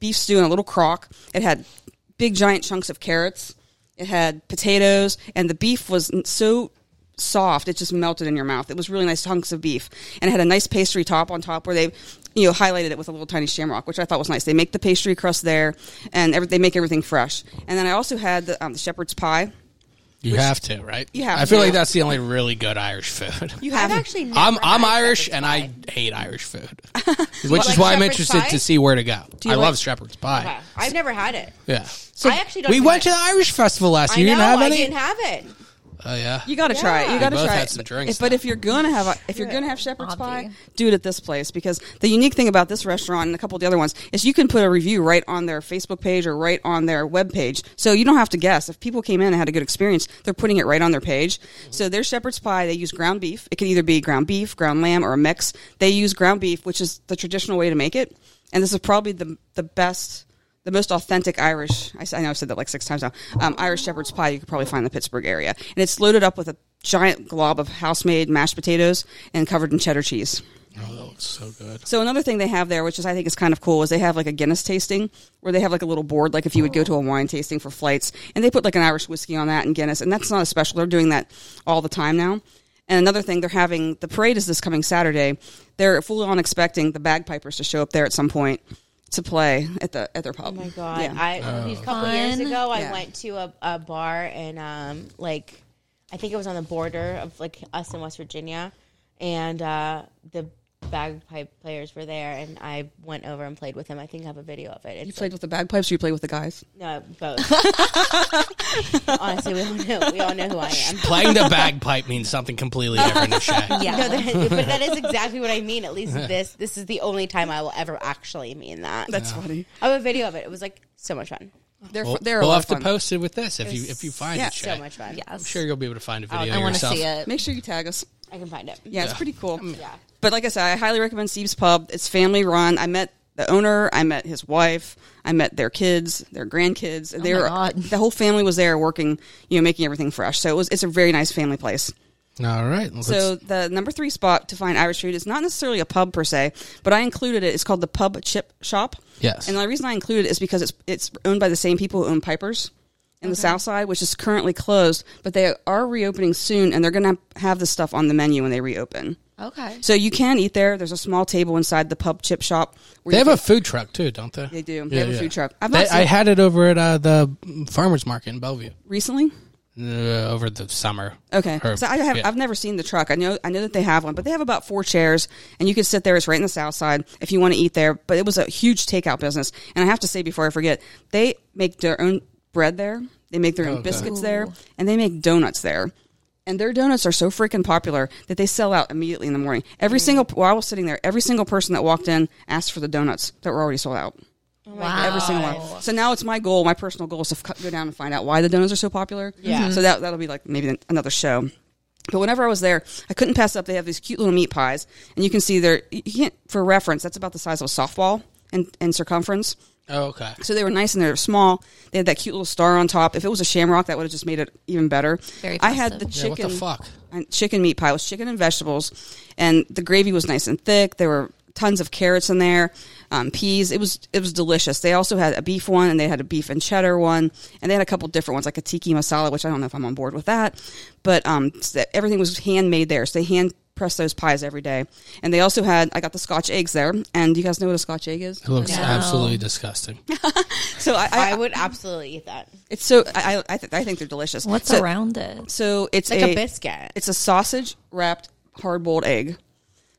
beef stew in a little crock. It had big giant chunks of carrots. It had potatoes, and the beef was n- so soft it just melted in your mouth. It was really nice chunks of beef, and it had a nice pastry top on top where they, you know, highlighted it with a little tiny shamrock, which I thought was nice. They make the pastry crust there, and every, they make everything fresh. And then I also had the, um, the shepherd's pie.
you have to, right?
You have
I feel
to.
like that's the only really good Irish food.
You
I've
have
actually never
I'm I'm
had
Irish
shepherd's
and
pie.
I hate Irish food, which is
like
why I'm
shepherd's
interested
pie?
to see where to go. I
you like-
love shepherd's pie.
Okay. I've never had it.
Yeah.
So I actually don't
we
even
went to
like-
the Irish festival last
I
year.
know
you didn't have
I
any.
didn't have it.
oh yeah.
You got to try it. You got to
both
try
had
it.
some
But-
drinks,
if- but
though.
if you're gonna have a, if you're gonna have shepherd's
Obvi.
pie, do it at this place because the unique thing about this restaurant and a couple of the other ones is you can put a review right on their Facebook page or right on their web page, so you don't have to guess. If people came in and had a good experience, they're putting it right on their page. So their shepherd's pie, they use ground beef. It can either be ground beef, ground lamb, or a mix. They use ground beef, which is the traditional way to make it, and this is probably the the best. The most authentic Irish, I, s- I know I've said that like six times now, um, Irish shepherd's pie you could probably find in the Pittsburgh area. And it's loaded up with a giant glob of house made mashed potatoes and covered in cheddar cheese.
Oh, that looks so good.
So another thing they have there, which is I think is kind of cool, is they have like a Guinness tasting where they have like a little board, like if you would go to a wine tasting for flights, and they put like an Irish whiskey on that and Guinness, and that's not a special. They're doing that all the time now. And another thing, they're having the parade is this coming Saturday. They're full on expecting the bagpipers to show up there at some point to play at the at their pub.
Oh my god!
Yeah.
I
Oh.
a couple years
Fun.
ago,
Yeah.
I went to a, a bar and um like I think it was on the border of like us and West Virginia, and uh, the bagpipe players were there, and I went over and played with them. I think I have a video of it. It's
you played with the bagpipes, or you played with the guys.
no both. Honestly, we all know we all know who I am.
Playing the bagpipe means something completely different to Shay.
Yeah.
No, that, but that is exactly what I mean. At least this this is the only time I will ever actually mean that.
That's funny.
I have a video of it. It was like so much fun.
They're
We'll,
they're
we'll
a lot
have
of fun.
to post it with this if you if you find
Yeah,
it. Shay.
So much fun.
yes.
I'm sure you'll be able to find a video.
I want to
yourself.
see it.
Make sure you tag us.
I can find it.
Yeah, it's
Yeah.
pretty cool.
Yeah.
But like I said, I highly recommend Steve's Pub. It's family run. I met the owner, I met his wife, I met their kids, their grandkids. They
Oh my
were
God.
the whole family was there working, you know, making everything fresh. So it was it's a very nice family place.
All right. Let's,
So the number three spot to find Irish food is not necessarily a pub per se, but I included it. It's called the Pub Chip Shop.
Yes.
And the reason I included it is because it's it's owned by the same people who own Pipers in the South Side, which is currently closed, but they are reopening soon, and they're going to have the stuff on the menu when they reopen.
Okay.
So you can eat there. There's a small table inside the pub chip shop. Where
they
you
have a
can-
food truck too, don't they?
They do. They have a food truck. I've
They-
not seen-
I had it over at uh, the farmers market in Bellevue
recently.
uh, over the summer.
Okay,
Or-
so I have
yeah.
I've never seen the truck. I know I know that they have one, but they have about four chairs, and you can sit there. It's right in the South Side if you want to eat there. But it was a huge takeout business, and I have to say before I forget, they make their own bread there. They make
Oh,
their own biscuits there, and they make donuts there. And their donuts are so freaking popular that they sell out immediately in the morning. Every single while I was sitting there, every single person that walked in asked for the donuts that were already sold out.
wow.
every single one. So now it's my goal, my personal goal, is to f- go down and find out why the donuts are so popular.
Yeah.
Mm-hmm.
Mhm.
So that that'll be like maybe another show. But whenever I was there, I couldn't pass up. They have these cute little meat pies, and you can see they're you can't for reference. That's about the size of a softball in, in circumference.
Oh, okay.
So they were nice and they were small. They had that cute little star on top. If it was a shamrock, that would have just made it even better.
Very
I had the
festive.
Yeah,
chicken
what the fuck?
and chicken meat pie. It was chicken and vegetables, and the gravy was nice and thick. There were tons of carrots in there, um, peas. It was it was delicious. They also had a beef one, and they had a beef and cheddar one, and they had a couple different ones like a tiki masala, which I don't know if I'm on board with that, but um, so that- everything was handmade there. So they hand pressed those pies every day, and they also had I got the Scotch eggs there, and do you guys know what a Scotch egg is?
It looks
No.
absolutely disgusting.
So I, I,
I would absolutely eat that.
it's so I I, I, th- I think they're delicious.
What's
so,
around it?
So it's
Like a biscuit.
It's a sausage wrapped hard boiled egg.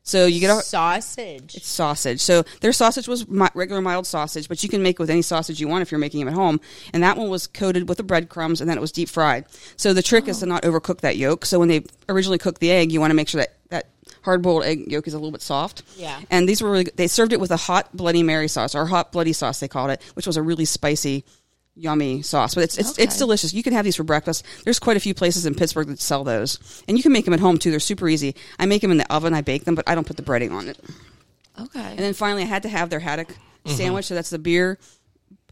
So you get a
Sausage.
sausage. So their sausage was mi- regular mild sausage, but you can make it with any sausage you want if you're making them at home. And that one was coated with the breadcrumbs, and then it was deep fried. So the trick is to not overcook that yolk. So when they originally cook the egg, you want to make sure that that hard boiled egg yolk is a little bit soft.
Yeah.
And these were really good. they served it with a hot Bloody Mary sauce or hot bloody sauce they called it, which was a really spicy. Yummy sauce, but it's it's, it's
Okay.
delicious. You can have these for breakfast. There's quite a few places in Pittsburgh that sell those, and you can make them at home too. They're super easy. I make them in the oven. I bake them, but I don't put the breading on it. And
Okay.
then finally, I had to have their haddock
Mm-hmm.
sandwich. So that's the beer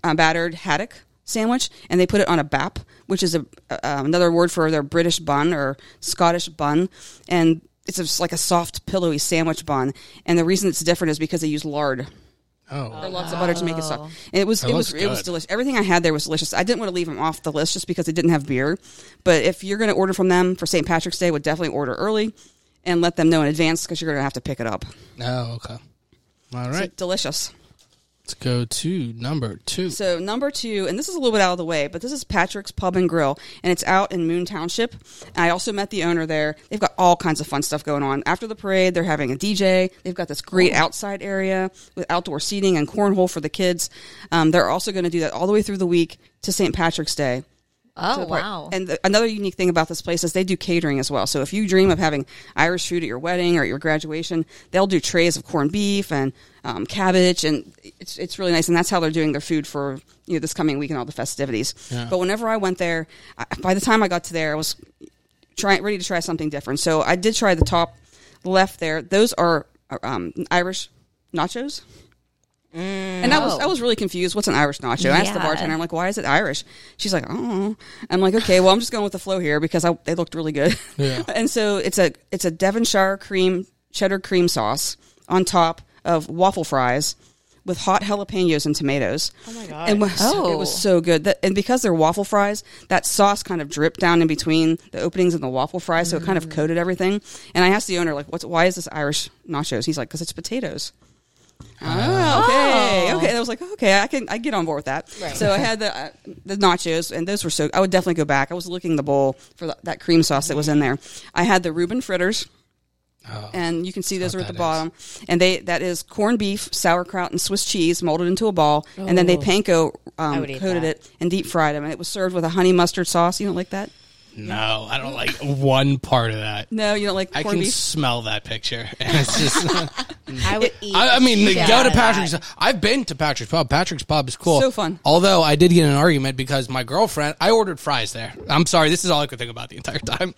uh, battered haddock sandwich, and they put it on a bap, which is a uh, another word for their British bun or Scottish bun, and it's just like a soft, pillowy sandwich bun. And the reason it's different is because they use lard.
Oh,
Or lots of butter to make it soft. And it was
That
it was
looks
it was
good.
delicious. Everything I had there was delicious. I didn't want to leave them off the list just because they didn't have beer. But if you're going to order from them for St. Patrick's Day, would definitely order early and let them know in advance because you're going to have to pick it up.
oh, okay. All
So
right,
delicious.
let's go to number two.
So number two, and this is a little bit out of the way, but this is Patrick's Pub and Grill, and it's out in Moon Township. And I also met the owner there. They've got all kinds of fun stuff going on. After the parade, they're having a DJ. They've got this great outside area with outdoor seating and cornhole for the kids. Um, they're also going to do that all the way through the week to St. Patrick's Day. to
Oh
the park.
wow.
And the, another unique thing about this place is they do catering as well. So if you dream of having Irish food at your wedding or at your graduation, they'll do trays of corned beef and um, cabbage, and it's it's really nice. And that's how they're doing their food for you know this coming week and all the festivities. But whenever I went there, I, by the time I got to there, I was trying ready to try something different. So I did try the top left there. Those are uh, um, Irish nachos. And I was I was really confused. What's an Irish nacho? I asked the
Mm. Oh. Yeah.
bartender. I'm like, why is it Irish? She's like, oh. I'm like, okay. Well, I'm just going with the flow here because I, they looked really good.
Yeah.
and so it's a it's a Devonshire cream cheddar cream sauce on top of waffle fries with hot jalapenos and tomatoes. Oh my god! And it was, it was
Oh.
so good. That, and because they're waffle fries, that sauce kind of dripped down in between the openings and the waffle fries, so it kind of coated everything. And I asked the owner, like, what's why is this Irish nachos? He's like, because it's potatoes. Oh, okay, okay. And I was like, okay, I can, I get on board with that. So I had the uh, the nachos, and those were so. I would definitely go back. I was looking the bowl for the, that cream sauce that was in there. I had the Reuben fritters, and you can see those are at
Oh. that
the
is.
bottom. And they that is corned beef, sauerkraut, and Swiss cheese molded into a ball, and then they panko um,
Oh. would eat
coated
that.
it and deep fried them. And it was served with a honey mustard sauce. You don't like that?
No, I don't like one part of that.
No, you don't like
I
corned
can
beef.
smell that picture. And it's just,
I would eat.
I, I mean,
the shit
go
out
to
of that.
Patrick's. I've been to Patrick's Pub. Patrick's Pub is cool.
So fun.
Although I did get in an argument because my girlfriend, I ordered fries there. I'm sorry, this is all I could think about the entire time.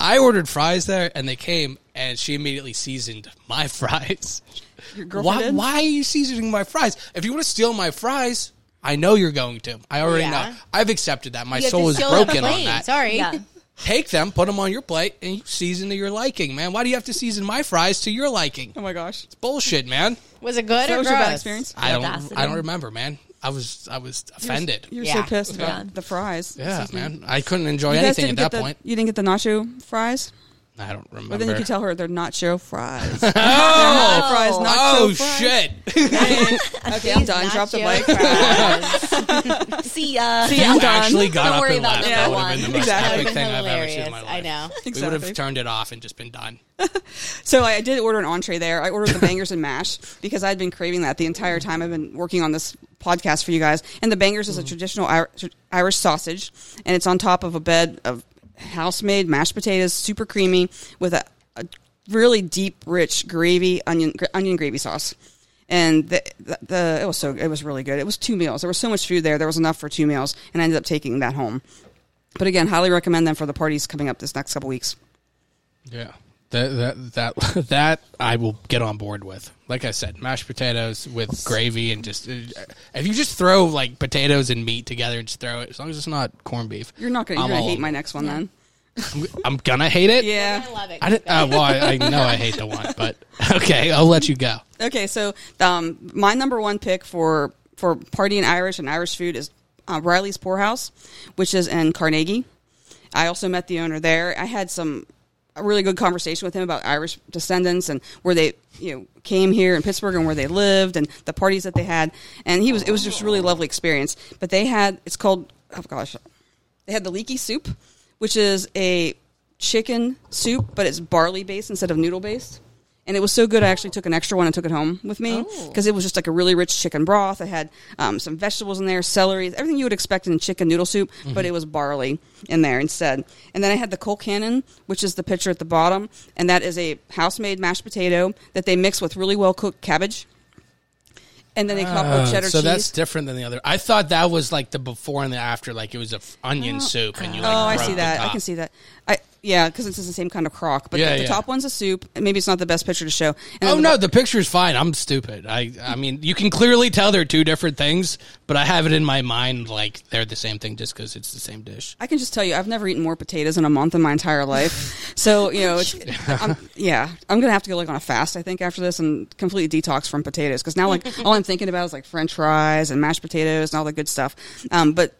I ordered fries there, and they came, and she immediately seasoned my fries.
Your girlfriend
Why?
did?
Why are you seasoning my fries? If you want to steal my fries. I know you're going to. I already
Yeah.
know. I've accepted that. My
You have
soul
to
is
steal the
broken on
plane.
that.
Sorry.
yeah.
Take them, put them on your plate, and you season to your liking, man. Why do you have to season my fries to your liking?
Oh my gosh!
Bullshit, man.
Was it good
That
or
was your bad
gross?
experience.
I don't.
audacity.
I don't remember, man. I was. I was offended.
You're so
Yeah.
pissed about
Yeah.
the fries.
yeah,
Excuse me.
man. I couldn't enjoy
You guys
anything
didn't
at
get
that
the,
point.
You didn't get the nacho fries?
I don't remember.
But then you could tell her theyey're nacho fries.
Oh,
Nacho fries, nacho
oh
fries.
shit!
Okay, I'm done.
Nacho
Drop the mic.
fries.
See ya.
See, I'm
you
done.
actually got
Don't
up
worry
and
about
left.
it,
That
that
would have been the most
one. Exactly.
epic
That
thing
would've
I've
been
ever seen in my life.
hilarious. I know.
We would
Exactly.
have turned it off and just been done.
So I did order an entree there. I ordered the bangers and mash because I'd been craving that the entire time I've been working on this podcast for you guys. And the bangers
Mm.
is a traditional Ir- Irish sausage, and it's on top of a bed of house-made mashed potatoes, super creamy with a, a really deep, rich gravy onion gr- onion gravy sauce. And the, the, the it was so it was really good. It was two meals. There was so much food there. There was enough for two meals, and I ended up taking that home. But again, highly recommend them for the parties coming up this next couple weeks.
Yeah. That that that, that I will get on board with. Like I said, mashed potatoes with gravy and just uh, if you just throw like potatoes and meat together and just throw it, as long as it's not corned beef,
You're not gonna, you're
I'm
gonna
all
hate
on
my
it.
next one then.
I'm gonna hate it.
Yeah.
love it.
I didn't, uh, well, I, I know I hate the one, but okay, I'll let you go.
Okay, so um, my number one pick for for partying Irish and Irish food is uh, Riley's Poorhouse, which is in Carnegie. I also met the owner there. I had some a really good conversation with him about Irish descendants and where they you know came here in Pittsburgh and where they lived and the parties that they had. And he was it was just a really lovely experience. But they had it's called oh gosh, they had the leaky soup, which is a chicken soup, but it's barley based instead of noodle based. And it was so good, I actually took an extra one and took it home with me
Oh.
because it was just like a really rich chicken broth. It had um, some vegetables in there, celery, everything you would expect in chicken noodle soup,
Mm-hmm.
but it was barley in there instead. And then I had the Cole Cannon, which is the picture at the bottom, and that is a house made mashed potato that they mix with really well cooked cabbage. And then they top it with cheddar
Ah, so
cheese.
that's different than the other. I thought that was like the before and the after, like it was a f- onion soup, and you. Like
Oh, I
broke
see
the
that. I
top.
can see that. I yeah, because it's just the same kind of crock. But
Yeah,
the, the
yeah.
top one's a soup. and Maybe it's not the best picture to show. And
Oh
then
no, the
the-
picture's fine. I'm stupid. I I mean, you can clearly tell they're two different things, but I have it in my mind like they're the same thing just because it's the same dish.
I can just tell you, I've never eaten more potatoes in a month in my entire life. so you know, it's, I'm, yeah, I'm gonna have to go like on a fast. I think after this and completely detox from potatoes because now like all I'm thinking about is like French fries and mashed potatoes and all the good stuff. Um, but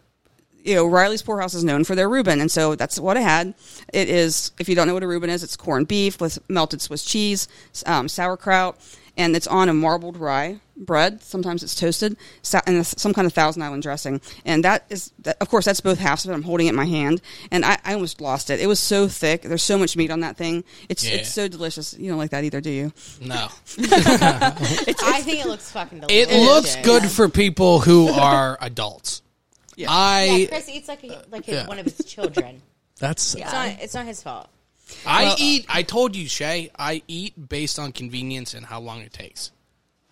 you know, Riley's Poorhouse is known for their Reuben, and so that's what I had. It is, if you don't know what a Reuben is, it's corned beef with melted Swiss cheese, um, sauerkraut, and it's on a marbled rye bread. Sometimes it's toasted, sa- and it's some kind of Thousand Island dressing. And that is, that, of course, that's both halves of it. I'm holding it in my hand, and I, I almost lost it. It was so thick. There's so much meat on that thing. It's
Yeah.
it's so delicious. You don't like that either, do you?
No,
I think it looks fucking
it
delicious.
looks good for people who are adults. I
Yeah, Chris eats like a, like his,
Yeah.
one of his children.
that's
It's not it's not his fault.
I eat. I told you, Shay. I eat based on convenience and how long it takes.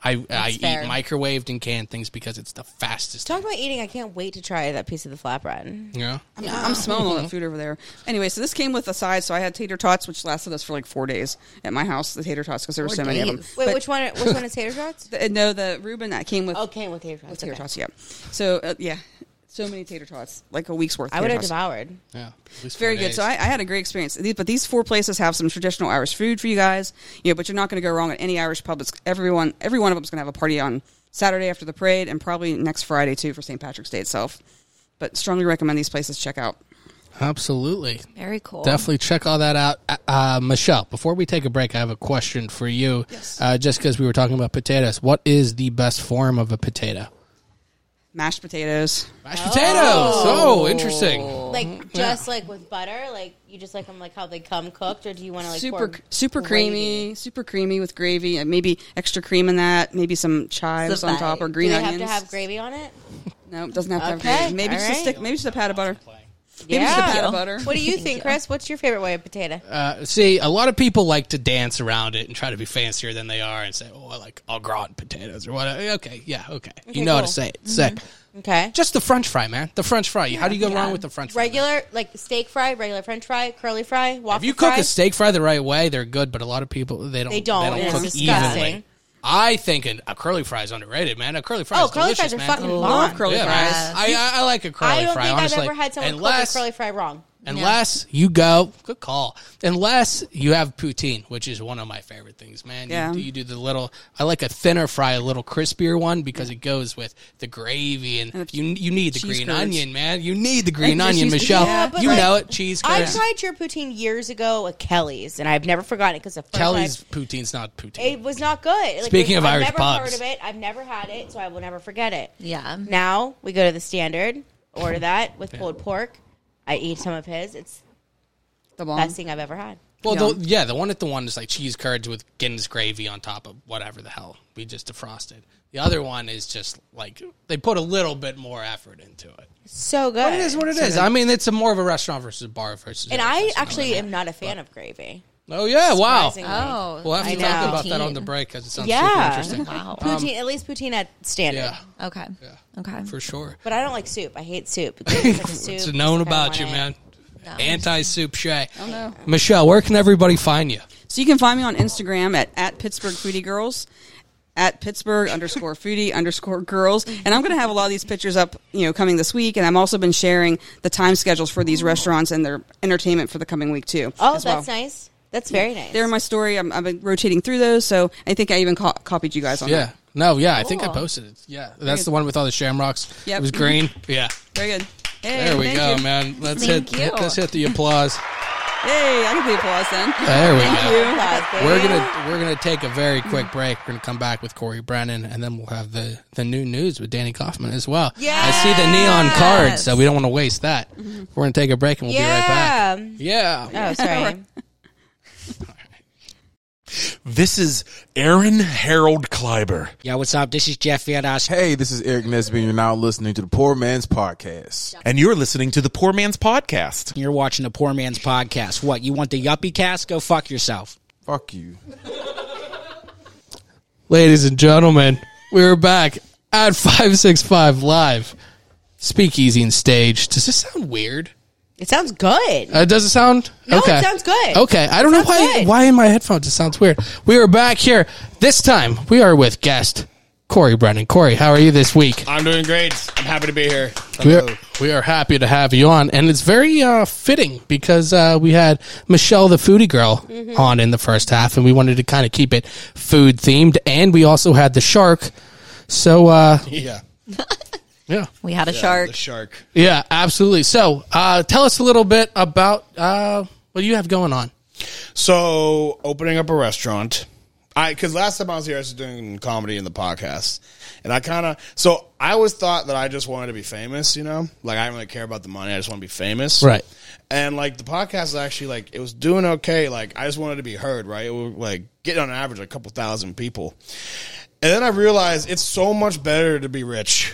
I I
fair.
eat microwaved and canned things because it's the fastest.
Talking about eating, I can't wait to try that piece of the flatbread.
Yeah.
I'm smelling all that food over there. Anyway, so this came with a side. So I had tater tots, which lasted us for like four days at my house. The tater tots because there were so many of them.
Wait,
But-
which one? Which one is tater tots?
Uh, no, the Reuben that came with
Oh, came with tater tots.
with tater
okay.
tots. Yeah. So uh, yeah, so many tater tots, like a week's worth.
I
tater
would have
tots.
devoured.
Yeah. At least
Very
four
good. So
days.
I, I had a great experience. These- But these four places have some traditional Irish food for you guys. You know, but you're not going to go wrong at any Irish pub. It's everyone, every one of them's going to have a party on Saturday after the parade, and probably next Friday too for St. Patrick's Day itself. But strongly recommend these places. Check out.
absolutely.
Very cool.
Definitely check all that out. Uh, Uh, Michelle, before we take a break, I have a question for you. Yes. Uh, just because we were talking about potatoes, what is the best form of a potato?
Mashed potatoes.
Mashed potatoes. Oh, interesting.
Like
Mm-hmm.
just like with butter, like you just like them like how they come cooked, or do you want to like
super
pour
super creamy,
gravy?
super creamy with gravy, and maybe extra cream in that, maybe some chives
The
on top or
vibe.
green
do they
onions.
have to have gravy on it?
no, it doesn't have to
Okay,
have gravy. Maybe just a
alright.
stick. Maybe just a pat of butter. Maybe just a pat
Yeah.
of butter.
What do you think, Chris? What's your favorite way of potato?
Uh, see, a lot of people like to dance around it and try to be fancier than they are and say, oh, I like au gratin potatoes or whatever. Okay. Yeah. Okay. you know how to
cool. Mm-hmm.
say it. Sick.
okay,
Just the French fry, man. The French fry. How do you go wrong with the French fry?
regular like steak fry, regular French fry, curly fry, waffle
If you cook
fry.
a steak fry the right way, they're good. But a lot of people they don't.
They don't, and it's
cook
disgusting.
evenly. I think an, a curly fry is underrated, man. A curly fry.
Oh,
is
curly
delicious,
fries are
man.
fucking
I love
bomb.
curly
Yeah, man.
fries.
I, I, I like a curly
I don't
fry.
think
honestly,
I've ever had someone
unless
cook a curly fry wrong.
unless you go good call. Unless you have poutine, which is one of my favorite things, man. You
Yeah.
do- You, do the little. I like a thinner fry, a little crispier one because it goes with the gravy and,
And the
you you need the
cheese
green
curds.
onion, man. You need the green
the
onion,
cheese-
Michelle.
Yeah,
but
you
like,
know it. Cheese
I
curds.
tried your poutine years ago at Kelly's, and I've never forgotten it because the first
Kelly's
time-
poutine's not poutine.
it was not good. Like,
Speaking of
I've
Irish
never
pubs.
heard of it. I've never had it, so I will never forget it.
Yeah.
Now we go to the standard, order that with pulled pork. I eat some of his. It's
The
the
bomb.
best thing I've ever had.
Well, The, yeah, the one at the one is like cheese curds with Guinness gravy on top of whatever the hell we just defrosted. The other one is just like they put a little bit more effort into it.
So good.
It is what it is. I mean, it's a more of a restaurant versus a bar versus.
and
a
I
restaurant.
actually am not a fan of gravy.
Oh yeah! Wow.
Surprisingly.
Oh,
We'll have to
I
talk
know.
about that on the
Poutine.
break because it sounds super
Yeah.
interesting.
Wow.
Poutine, at least poutine at standard.
Yeah,
Okay. Okay.
for sure.
But I don't like soup. I hate soup. It's, like a soup.
It's known
I don't
about
want
you,
it.
man. Anti soup shay. Oh no, Michelle. Where can everybody find you?
So you can find me on Instagram at, at Pittsburgh Foodie Girls, at Pittsburgh underscore foodie underscore girls. And I'm going to have a lot of these pictures up, you know, coming this week. And I've also been sharing the time schedules for these restaurants and their entertainment for the coming week, too.
Oh,
as
that's
well.
nice. That's very nice.
They're in my story. I'm, I've been rotating through those. So I think I even co- copied you guys on
Yeah.
that.
No, yeah, I think I
Cool.
posted it. Yeah, that's the one with all the shamrocks.
Yep.
It was green. Yeah.
Very good. Hey,
There we
thank
go,
you.
man. Let's
Thank
hit, hit
you.
let's hit the applause.
Hey, I can play applause then.
There we go.
Applause, baby.
We're gonna we're gonna take a very quick break. We're gonna come back with Corey Brennan, and then we'll have the the new news with Danny Kaufman as well. Yeah, I see the neon card, so we don't want to waste that. We're gonna take a break, and we'll
yeah.
be right back. Yeah.
Oh, sorry.
This is Aaron Harold Kleiber.
Yo, what's up? This is Jeff Van Ass.
Hey, this is Eric Nesby, and you're now listening to the Poor Man's Podcast.
And you're listening to the Poor Man's Podcast.
You're watching the Poor Man's Podcast. What, you want the yuppie cast? Go fuck yourself.
Fuck you.
Ladies and gentlemen, we're back at five six five live. Speakeasy and stage. Does this sound weird?
It sounds good.
Uh, does it sound?
No, it sounds good.
Okay, I don't know
Sounds
why.
good.
Why in my headphones it sounds weird. We are back here this time. We are with guest Corey Brennan. Corey, how are you this week?
I'm doing great. I'm happy to be here.
We are, we are happy to have you on, and it's very uh, fitting because uh, we had Michelle, the foodie girl,
Mm-hmm.
on in the first half, and we wanted to kind of keep it food themed, and we also had the shark. So, uh,
Yeah.
yeah,
We had a shark.
The shark.
yeah, absolutely. So, uh, tell us a little bit about uh, what you have going on.
So opening up a restaurant. I because last time I was here, I was doing comedy in the podcast, and I kind of so I always thought that I just wanted to be famous. You know, like I don't really care about the money. I just want to be famous,
Right.
And like the podcast is actually like it was doing okay. Like I just wanted to be heard, right? It was like getting on average a couple thousand people, and then I realized it's so much better to be rich.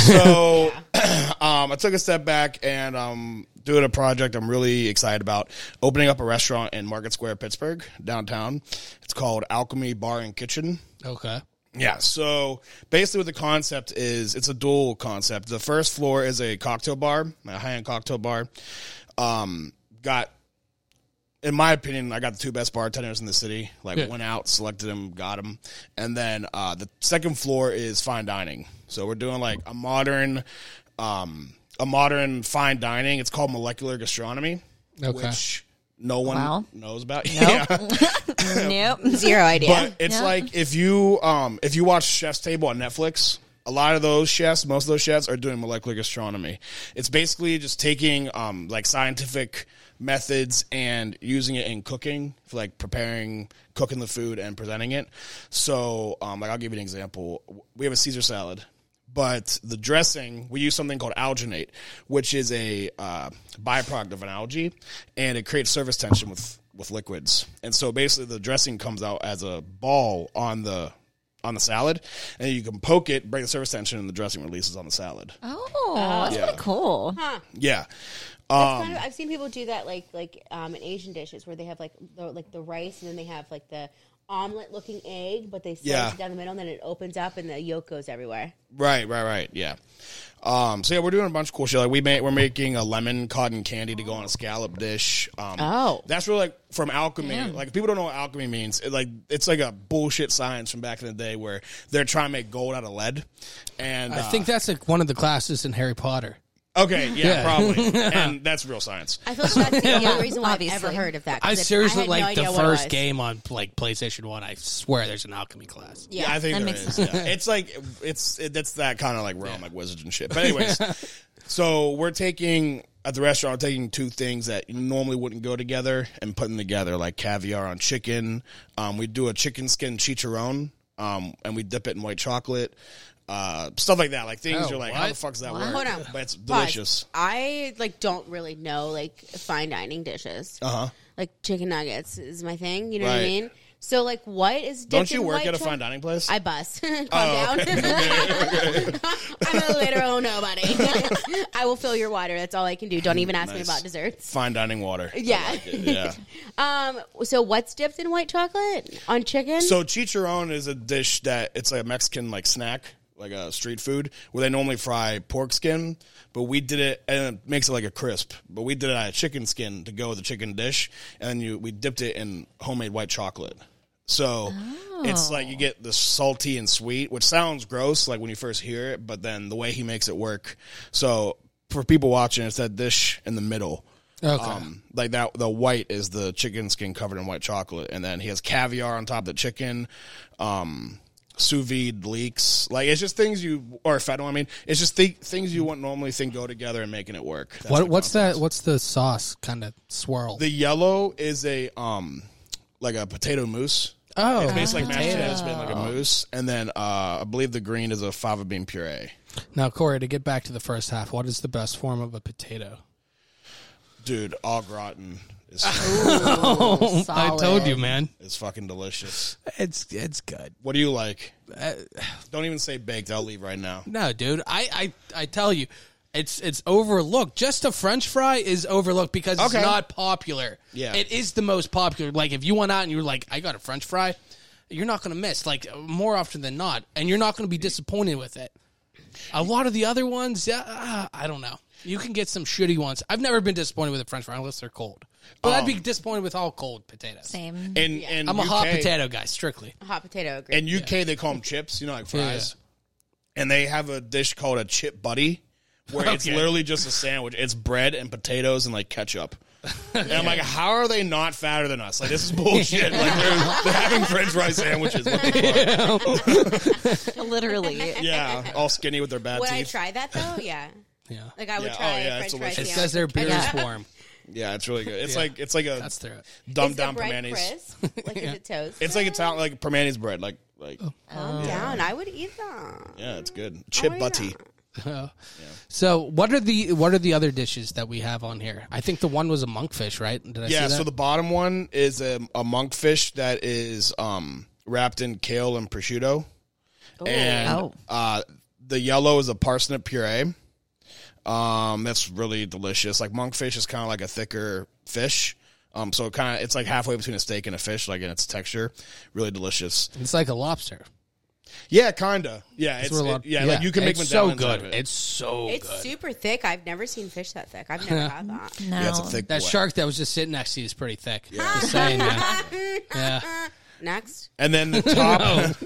So um, I took a step back and um, doing a project I'm really excited about opening up a restaurant in Market Square, Pittsburgh, downtown. It's called Alchemy Bar and Kitchen.
Okay.
Yeah. So basically, what the concept is, it's a dual concept. The first floor is a cocktail bar, a high end cocktail bar. Um, got, in my opinion, I got the two best bartenders in the city. Like
Yeah.
went out, selected them, got them, and then uh, the second floor is fine dining. So we're doing like a modern, um, a modern fine dining. It's called molecular gastronomy,
Okay.
which no one
Wow.
knows about.
Nope.
Zero idea.
But it's like if you um if you watch Chef's Table on Netflix, a lot of those chefs, most of those chefs are doing molecular gastronomy. It's basically just taking um like scientific methods and using it in cooking for like preparing cooking the food and presenting it. So um like I'll give you an example. We have a Caesar salad. But the dressing, we use something called alginate, which is a uh, byproduct of an algae, and it creates surface tension with with liquids. And so basically, the dressing comes out as a ball on the on the salad, and you can poke it, break the surface tension, and the dressing releases on the salad.
Oh, that's
Yeah.
pretty cool.
Yeah, Um,
It's kind of- I've seen people do that, like like um, in Asian dishes, where they have like the, like the rice, and then they have like the omelet looking egg, but they slice
Yeah.
it down the middle, and then it opens up, and the yolk goes everywhere.
right, right, right. Yeah. Um, so yeah, we're doing a bunch of cool shit. Like we made, we're making a lemon cotton candy to go on a scallop dish. Um,
Oh.
that's really like from alchemy. Like if people don't know what alchemy means. It, like it's like a bullshit science from back in the day where they're trying to make gold out of lead. And
I
uh,
think that's like one of the classes in Harry Potter.
okay, yeah,
Yeah.
probably, and that's real science.
I feel like that's the
Yeah,
only reason why I've ever
obviously.
heard of that. 'cause
I
it-
seriously
had no
like
idea
the
what it
first
was.
game on like PlayStation One. I swear, there's an alchemy class.
Yeah, I think
that
there
makes
is. Yeah. it's like it's it, that's that kind of like realm, like wizards and shit. But anyways, so we're taking at the restaurant, we're taking two things that normally wouldn't go together and putting together, like caviar on chicken. Um, we do a chicken skin chicharron, um, and we dip it in white chocolate, uh, stuff like that. Like things
Oh,
you're like, how the
what?
fuck's that work?
Hold on,
But it's
Pause.
delicious.
I like don't really know like fine dining dishes. Uh huh. Like chicken nuggets is my thing. You know what I
Uh-huh. Right.
mean? So like, what is?
Don't
dipped
you
in
work
white
at a
chocolate?
fine dining place?
I bust. Calm
Oh,
down. I'm a literal nobody. I will fill your water. That's all I can do. Don't even ask me
Nice.
about desserts.
fine dining water. I
Yeah.
like it, yeah.
Um. So what's dipped in white chocolate on chicken?
So chicharron is a dish that it's like a Mexican like snack. like a street food where they normally fry pork skin, but we did it and it makes it like a crisp. But we did it out of chicken skin to go with the chicken dish, and then you we dipped it in homemade white chocolate. So it's like you get the salty and sweet, which sounds gross like when you first hear it, but then the way he makes it work. So for people watching, it's that dish in the middle.
Okay.
like that, the white is the chicken skin covered in white chocolate, and then he has caviar on top of the chicken, um, sous vide leeks. Like it's just things you or fennel. I mean, it's just th- things you wouldn't normally think go together and making it work. That's
What, what's that? What's the sauce kind of swirl?
The yellow is a um like a potato mousse.
Oh,
it's basically mashed
potato. Oh.
potatoes made like a mousse, and then uh, I believe the green is a fava bean puree.
now, Corey, to get back to the first half, what is the best form of a potato?
Dude, au gratin is
Oh, I told you, man.
is fucking delicious.
It's it's good.
What do you like?
Uh,
Don't even say baked. I'll leave right now.
No, dude, I, I I tell you, it's it's overlooked. Just a French fry is overlooked because
Okay.
it's not popular.
Yeah.
it is the most popular. Like if you went out and you were like, I got a French fry, you're not gonna miss. Like more often than not, and you're not gonna be disappointed with it. A lot of the other ones, yeah, ah, I don't know. You can get some shitty ones. I've never been disappointed with a French fry unless they're cold. But I'd
Oh.
be disappointed with all cold potatoes.
Same.
In in
I'm a
UK,
hot potato guy, strictly.
Hot potato. Agree.
In UK, they call them chips. You know, like fries. And they have a dish called a chip buddy, where it's
Okay.
literally just a sandwich. It's bread and potatoes and like ketchup. And I'm like, how are they not fatter than us? Like this is bullshit. Like they're, they're having French fry sandwiches. What the fuck?
Literally.
Yeah, all skinny with their bad
Would I
teeth.
try that though? Yeah.
Yeah.
Like I would
Yeah, oh,
try
yeah,
a
it's
French fries.
delicious.
It says their beer is warm.
Yeah, it's really good. It's like it's like a
That's their
dumbed down
bread
permanis.
crisp? Like is it toast?
It's like Italian like permanis bread. Like like
Oh.
Calm down. I would eat them.
yeah, it's
Oh
good. Chip butty.
So what are the what are the other dishes that we have on here? I think the one was a monkfish, right? Did I
Yeah,
see that?
so the bottom one is a, a monkfish that is um, wrapped in kale and prosciutto. And
Oh.
uh, the yellow is a parsnip puree. Um, that's really delicious. Like monkfish is kind of like a thicker fish. Um, so kind of it's like halfway between a steak and a fish, like in its texture. Really delicious.
it's like a lobster.
Yeah, kinda. Yeah, it's,
where a
it-
lot-
yeah, Like you can make
it's
medallions
so
out
good.
of it.
It's so
It's
good.
super thick. I've never seen fish that thick. I've never had that.
No.
yeah, it's a thick
that
boy.
shark that was just sitting next to you is pretty thick. Just saying, man. Yeah.
Next.
And then the top,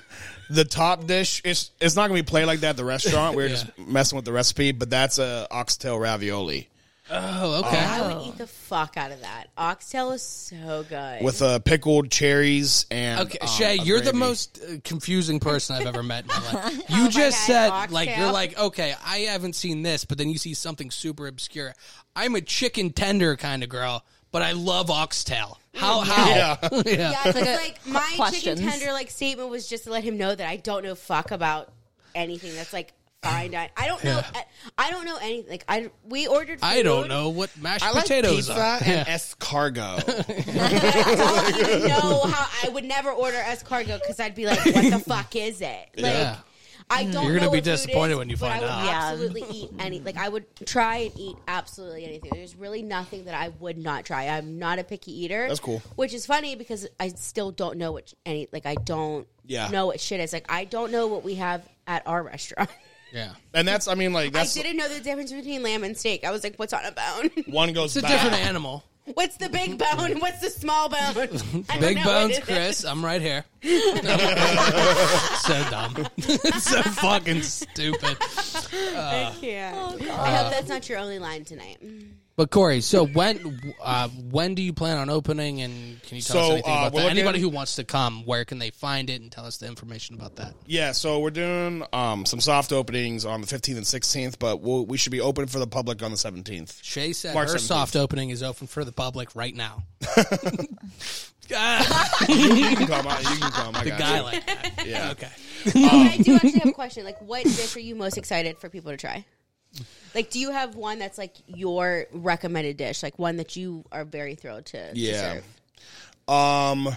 the top dish is it's not gonna be played like that at the restaurant. We We're just messing with the recipe, but that's a oxtail ravioli
Oh, okay.
I would eat the fuck out of that. Oxtail is so good.
with uh, pickled cherries and
Okay,
um,
Shay,
a
you're the
gravy.
most uh, confusing person I've ever met in my life. You
Oh my
just
God,
said
oxtail.
like you're like, okay, I haven't seen this, but then you see something super obscure. I'm a chicken tender kind of girl, but I love oxtail. How how?
Yeah.
Yeah.
yeah, it's like my
questions.
chicken tender like statement was just to let him know that I don't know fuck about anything that's like fine dining. I don't know. I, I don't know anything. Like I we ordered.
I
food.
don't know what mashed
I like
potatoes
pizza
are.
and escargot.
I don't even know how I would never order escargot because I'd be like, what the fuck is it? Like,
Yeah. Mm.
I don't.
You're gonna
know
be
what food
disappointed
is,
when you
but
find
I would
out.
Yeah.
Absolutely eat any. Like I would try and eat absolutely anything. There's really nothing that I would not try. I'm not a picky eater.
That's cool.
Which is funny because I still don't know what any. Like I don't
Yeah.
know what shit is. Like I don't know what we have at our restaurant.
Yeah.
and that's I mean like
I
that's
didn't know the difference between lamb and steak. I was like, what's on a bone?
one goes
It's a
back.
different animal.
what's the big bone? What's the small bone? I don't
Big
know what
bones,
it is.
Chris. I'm right here. so dumb. so fucking stupid.
Yeah. I hope that's not your only line tonight. Oh,
But Corey, so when uh, when do you plan on opening? And can you tell us
So,
anything about
uh, we're
that?
looking-
Anybody who wants to come, where can they find it and tell us the information about that?
Yeah, so we're doing um, some soft openings on the 15th and 16th, but we'll, we should be open for the public on the 17th.
Shay said
March
her
17th.
soft opening is open for the public right now. Ah,
You can come. I- You can come. I
The
got
guy
you.
like that.
yeah.
Okay.
But I do actually have a question. Like, what dish are you most excited for people to try? Like, do you have one that's like your recommended dish? Like, one that you are very thrilled to, to
Yeah.
serve?
Um,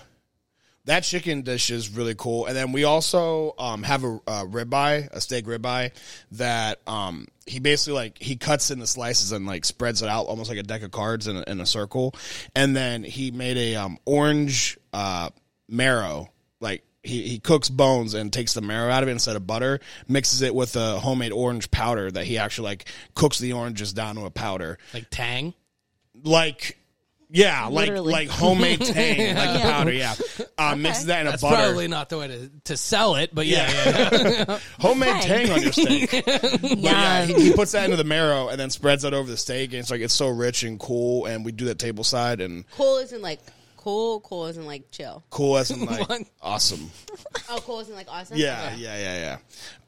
that chicken dish is really cool, and then we also um have a, a ribeye, a steak ribeye that um he basically like he cuts in the slices and like spreads it out almost like a deck of cards in a, in a circle, and then he made a um orange uh marrow like he, he cooks bones and takes the marrow out of it instead of butter, mixes it with a homemade orange powder that he actually like cooks the oranges down to a powder.
Like tang?
Like yeah,
Literally.
like like homemade tang, like the
Yeah.
powder, yeah. Uh, Mixes that in a
That's
butter.
probably not the way to, to sell it, but yeah.
Homemade
Tang.
tang on your steak. But yeah, he, he puts that into the marrow and then spreads that over the steak, and it's like it's so rich and cool. And we do that table side and
Cool isn't like cool. Cool isn't like chill.
cool as in like
What?
awesome.
Oh, cool isn't like awesome.
Yeah, yeah, yeah,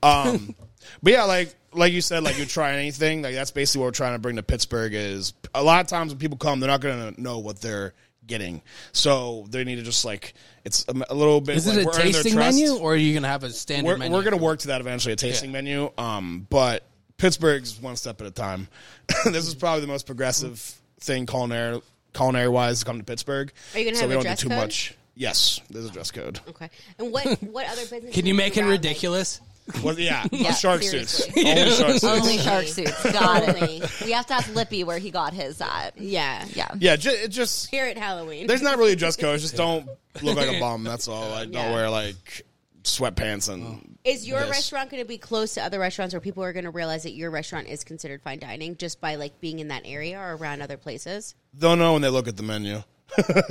yeah. Um, but yeah, like like you said, like you're trying anything. Like that's basically what we're trying to bring to Pittsburgh. Is a lot of times when people come, they're not going to know what they're getting, so they need to just like it's a, a little bit.
Is
like,
it a
we're earning their
tasting
trust.
menu or are you going to have a standard
We're,
menu?
we're going to work to that eventually, a tasting menu. Um, but Pittsburgh's one step at a time. this is probably the most progressive thing culinary culinary wise to come to Pittsburgh.
Are you gonna
so
have
we
a
don't
dress
do too
code?
much. Yes, there's a dress code.
Okay. And what what other business?
Can you make it ridiculous?
Well, yeah,
Yeah,
shark suits. Only shark suits.
Only shark suits. Got it. We have to ask Lippy where he got his at.
Yeah.
Yeah.
Yeah, ju- it just
Here at Halloween.
there's not really a dress code. It's just don't look like a bum. That's all. Like don't
Yeah.
wear like sweatpants and.
Is your
this.
restaurant going to be close to other restaurants where people are going to realize that your restaurant is considered fine dining just by like being in that area or around other places?
They'll know when they look at the menu.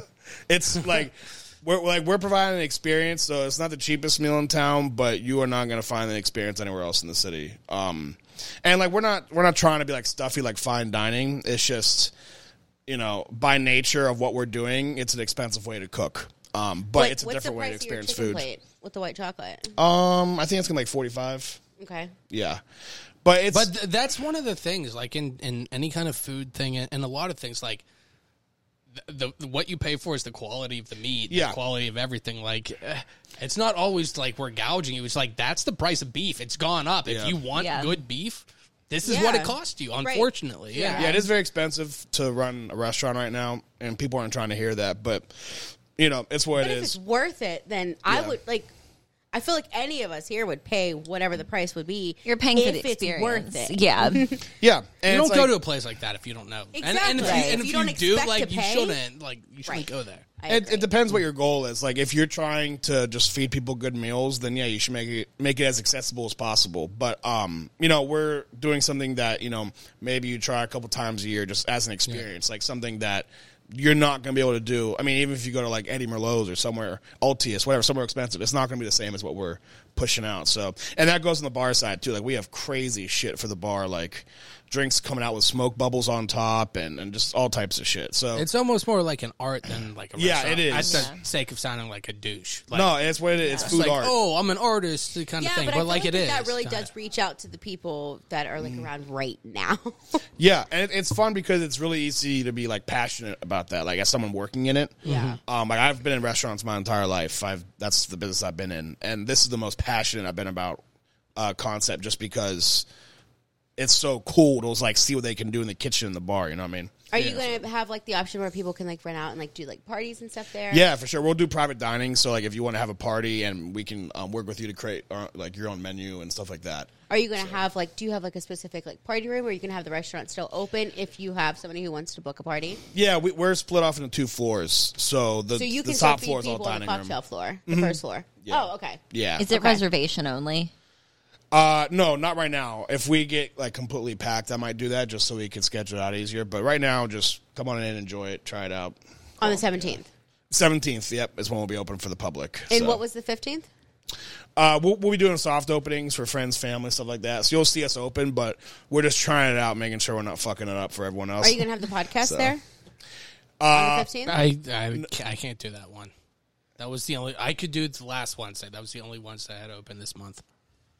it's like we're like we're providing an experience, so it's not the cheapest meal in town, but you are not going to find an experience anywhere else in the city. Um, and like we're not we're not trying to be like stuffy like fine dining. It's just you know by nature of what we're doing, it's an expensive way to cook. Um, but
What-
it's a
what's
different
the
way to
price of your
experience
chicken
food.
Plate with the white chocolate.
Um, I think it's gonna be like forty five.
Okay.
Yeah, but it's
But th- that's one of the things, like in, in any kind of food thing, and and a lot of things, like the, the what you pay for is the quality of the meat,
Yeah.
the quality of everything. Like, eh, it's not always like we're gouging you. It's like that's the price of beef. It's gone up.
Yeah.
If you want
Yeah.
good beef, this is what
Yeah.
it costs you.
Right.
Unfortunately, yeah.
yeah, it is very expensive to run a restaurant right now, and people aren't trying to hear that. But you know, it's what
But
it
if
is.
it's worth it, then I
Yeah.
would like. I feel like any of us here would pay whatever the price would be.
You're paying
if
for the experience.
It's worth it.
Yeah.
Yeah, and
You don't
it's
go
like-
to a place like that if you don't know. And, and if you,
Exactly.
and
If
if
you
you,
don't
do,
expect
like
to
you
pay-
shouldn't. Like you shouldn't
Right.
go there.
I
It,
agree.
it depends what your goal is. Like, if you're trying to just feed people good meals, then yeah, you should make it make it as accessible as possible. But um, you know, we're doing something that you know maybe you try a couple times a year just as an experience, like something that you're not going to be able to do. I mean, even if you go to like Eddie Merlot's or somewhere Altius, whatever, somewhere expensive, it's not going to be the same as what we're pushing out. So, and that goes on the bar side too. Like, we have crazy shit for the bar, like drinks coming out with smoke bubbles on top and and just all types of shit. So
It's almost more like an art than like a
Yeah,
restaurant.
it
At
is.
the sake of sounding like a douche. Like,
no, it's what it is. It's
it's
food
like,
art.
oh, I'm an artist kind
Yeah,
of thing.
but,
But,
I feel
like, it is.
that really
kinda.
does reach out to the people that are
Mm.
like around right now.
Yeah, and it, it's fun because it's really easy to be like passionate about that. Like as someone working in it, yeah. Um, like I've been in restaurants my entire life. I've that's the business I've been in, and this is the most passionate I've been about uh, concept, just because it's so cool to like see what they can do in the kitchen and the bar. You know what I mean?
are you going to have like the option where people can like rent out and like do like parties and stuff there?
Yeah, for sure. We'll do private dining. So like if you want to have a party, and we can um, work with you to create uh, like your own menu and stuff like that.
Are you going to have like? Do you have like a specific like party room, or you can have the restaurant still open if you have somebody who wants to book a party?
Yeah, we, we're split off into two floors. So the
So you
the
can
top
still feed
floor is all
people on the
dining
cocktail
room. Mm-hmm.
floor, the first floor. Oh, okay.
Yeah.
Is it reservation only?
Uh, no, not right now. If we get like completely packed, I might do that just so we can schedule it out easier. But right now, just come on in, enjoy it, try it out.
On the seventeenth.
Seventeenth, yep, is when we'll be open for the public.
And
so.
what was the fifteenth?
Uh, we'll, we'll be doing soft openings for friends, family, stuff like that. So you'll see us open, but we're just trying it out, making sure we're not fucking it up for everyone else.
Are you going to have the podcast
So. Uh,
there? on the fifteenth.
I, I, ca- I can't do that one. That was the only I could do it the last Wednesday. That was the only Wednesday I had open this month.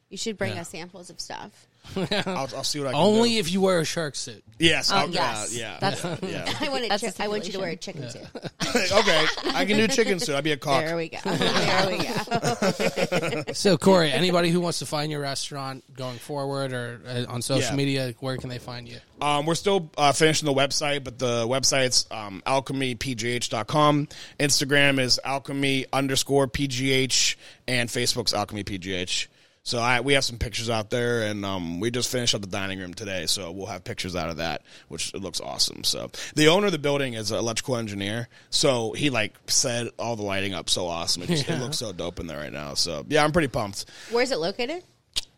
You should bring
Yeah.
us samples of stuff.
I'll, I'll see what I can
Only
do.
if you wear a shark suit.
yes,
Oh,
I'll,
yes.
uh, yeah,
That's-
yeah, yeah.
I want to.
That's a
Chi- I want you to wear a chicken suit.
okay, I can do chicken soup. I'll be a cock.
There we go. There we go.
So Corey, anybody who wants to find your restaurant going forward or uh, on social
Yeah.
media, where can they find you?
Um, we're still uh, finishing the website, but the website's um, alchemypgh.com. Instagram is alchemy underscore pgh, and Facebook's alchemy pgh. So I, we have some pictures out there, and um, we just finished up the dining room today, so we'll have pictures out of that, which it looks awesome. So the owner of the building is an electrical engineer, so he like set all the lighting up so awesome. It, just, it
Yeah.
looks so dope in there right now. So yeah, I'm pretty pumped.
Where's it located?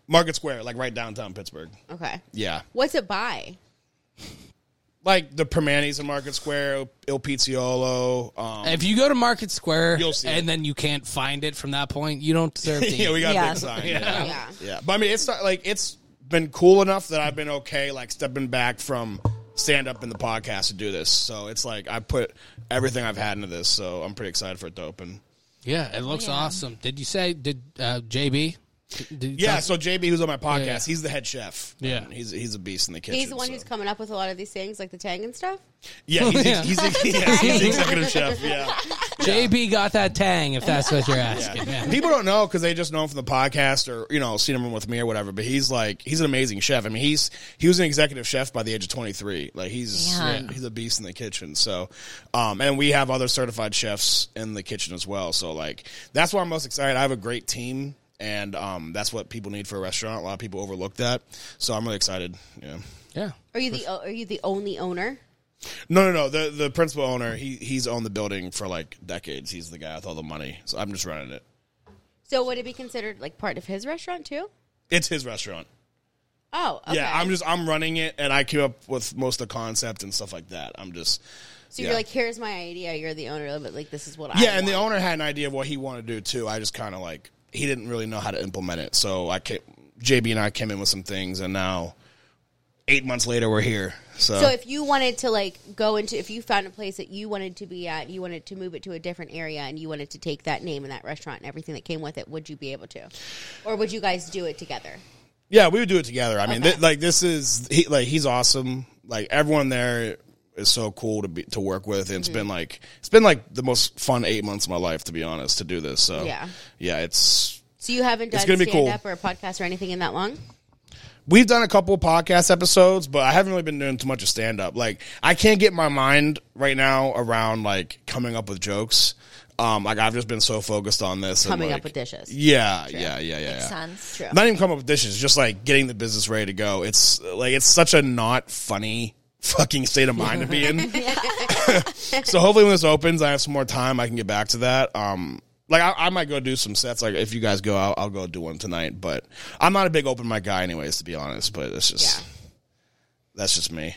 Market Square, like right downtown Pittsburgh.
Okay.
Yeah,
What's it by?
like the Permanis in Market Square, Il Pizziolo. Um,
If you go to Market Square
You'll see
and then you can't find it from that point, you don't deserve to.
yeah,
eat.
we got
Yeah.
a big sign.
Yeah.
Yeah.
Yeah.
Yeah. But I mean, it's not like it's been cool enough that I've been okay, like stepping back from stand up in the podcast to do this. So it's like I put everything I've had into this. So I'm pretty excited for it to open.
Yeah, it
Oh,
looks awesome. Did you say did uh, JB? Did you
Yeah.
talk-
So JB, who's on my podcast,
Yeah.
he's the head chef.
Yeah.
He's he's a beast in the kitchen.
He's the one
so-
who's coming up with a lot of these things, like the tang and stuff.
yeah. He's,
Yeah.
He's, he's, yeah, he's the executive chef. Yeah.
JB got that tang, if that's what you're asking. Yeah.
People don't know because they just know him from the podcast or you know seen him with me or whatever. But he's like he's an amazing chef. I mean he's he was an executive chef by the age of twenty three. Like he's
Damn.
yeah, he's a beast in the kitchen. So, um, and we have other certified chefs in the kitchen as well. So like that's why I'm most excited. I have a great team, and um, that's what people need for a restaurant. A lot of people overlook that. So I'm really excited. Yeah.
Yeah.
Are you the Are you the only owner?
No, no, no. The the principal owner he he's owned the building for like decades. He's the guy with all the money. So I'm just running it.
So would it be considered like part of his restaurant too?
It's his restaurant.
Oh, okay.
Yeah, I'm just I'm running it, and I came up with most of the concept and stuff like that. I'm just
So
yeah.
you're like, here's my idea. You're the owner of it. Like this is what I.
yeah, and the
want.
owner had an idea of what he wanted to do too. I just kind of like he didn't really know how to implement it, so I came, JB and I came in with some things, and now eight months later we're here. So,
So if you wanted to like go into, if you found a place that you wanted to be at, you wanted to move it to a different area, and you wanted to take that name and that restaurant and everything that came with it, would you be able to, or would you guys do it together?
yeah, we would do it together. I mean, thi- like this is he, like he's awesome. Like everyone there is so cool to be to work with, and it's
Mm-hmm.
been like it's been like the most fun eight months of my life to be honest to do this. So
Yeah.
yeah, it's
So you haven't done
It's gonna
stand
be cool.
up or a podcast or anything in that long.
we've done a couple of podcast episodes, but I haven't really been doing too much of stand up. Like I can't get my mind right now around like coming up with jokes. Um, like I've just been so focused on this and,
Coming up
like-
with dishes.
Yeah, yeah, yeah, yeah. yeah.
Sense. True.
Not even coming up with dishes, just like getting the business ready to go. It's like it's such a not funny fucking state of mind to be in. so hopefully when this opens, I have some more time. I can get back to that. Um, like I, I might go do some sets. Like if you guys go, I'll, I'll go do one tonight. But I'm not a big open mic guy, anyways. To be honest, but it's just
Yeah.
that's just me.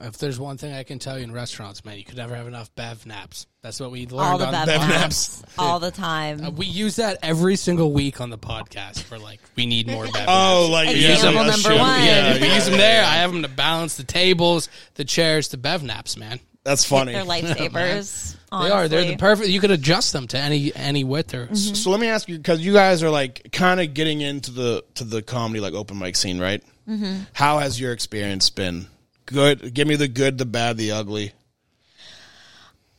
If there's one thing I can tell you in restaurants, man, you could never have enough Bev naps. That's what we learned
All the
on
bev
Bev
naps. All the time.
We use that every single week on the podcast for like we need more Bev naps.
Oh, like
yeah, Example that's number true. one.
Yeah,
Yeah,
we use them there. I have them to balance the tables, the chairs, the Bev naps, man.
That's funny.
They're lifesavers.
They are. They're
honestly. Mm-hmm.
the perfect. You could adjust them to any any width or
So let me ask you because you guys are like kind of getting into the to the comedy like open mic scene, right? Mm-hmm. How has your experience been? Good. Give me the good, the bad, the ugly.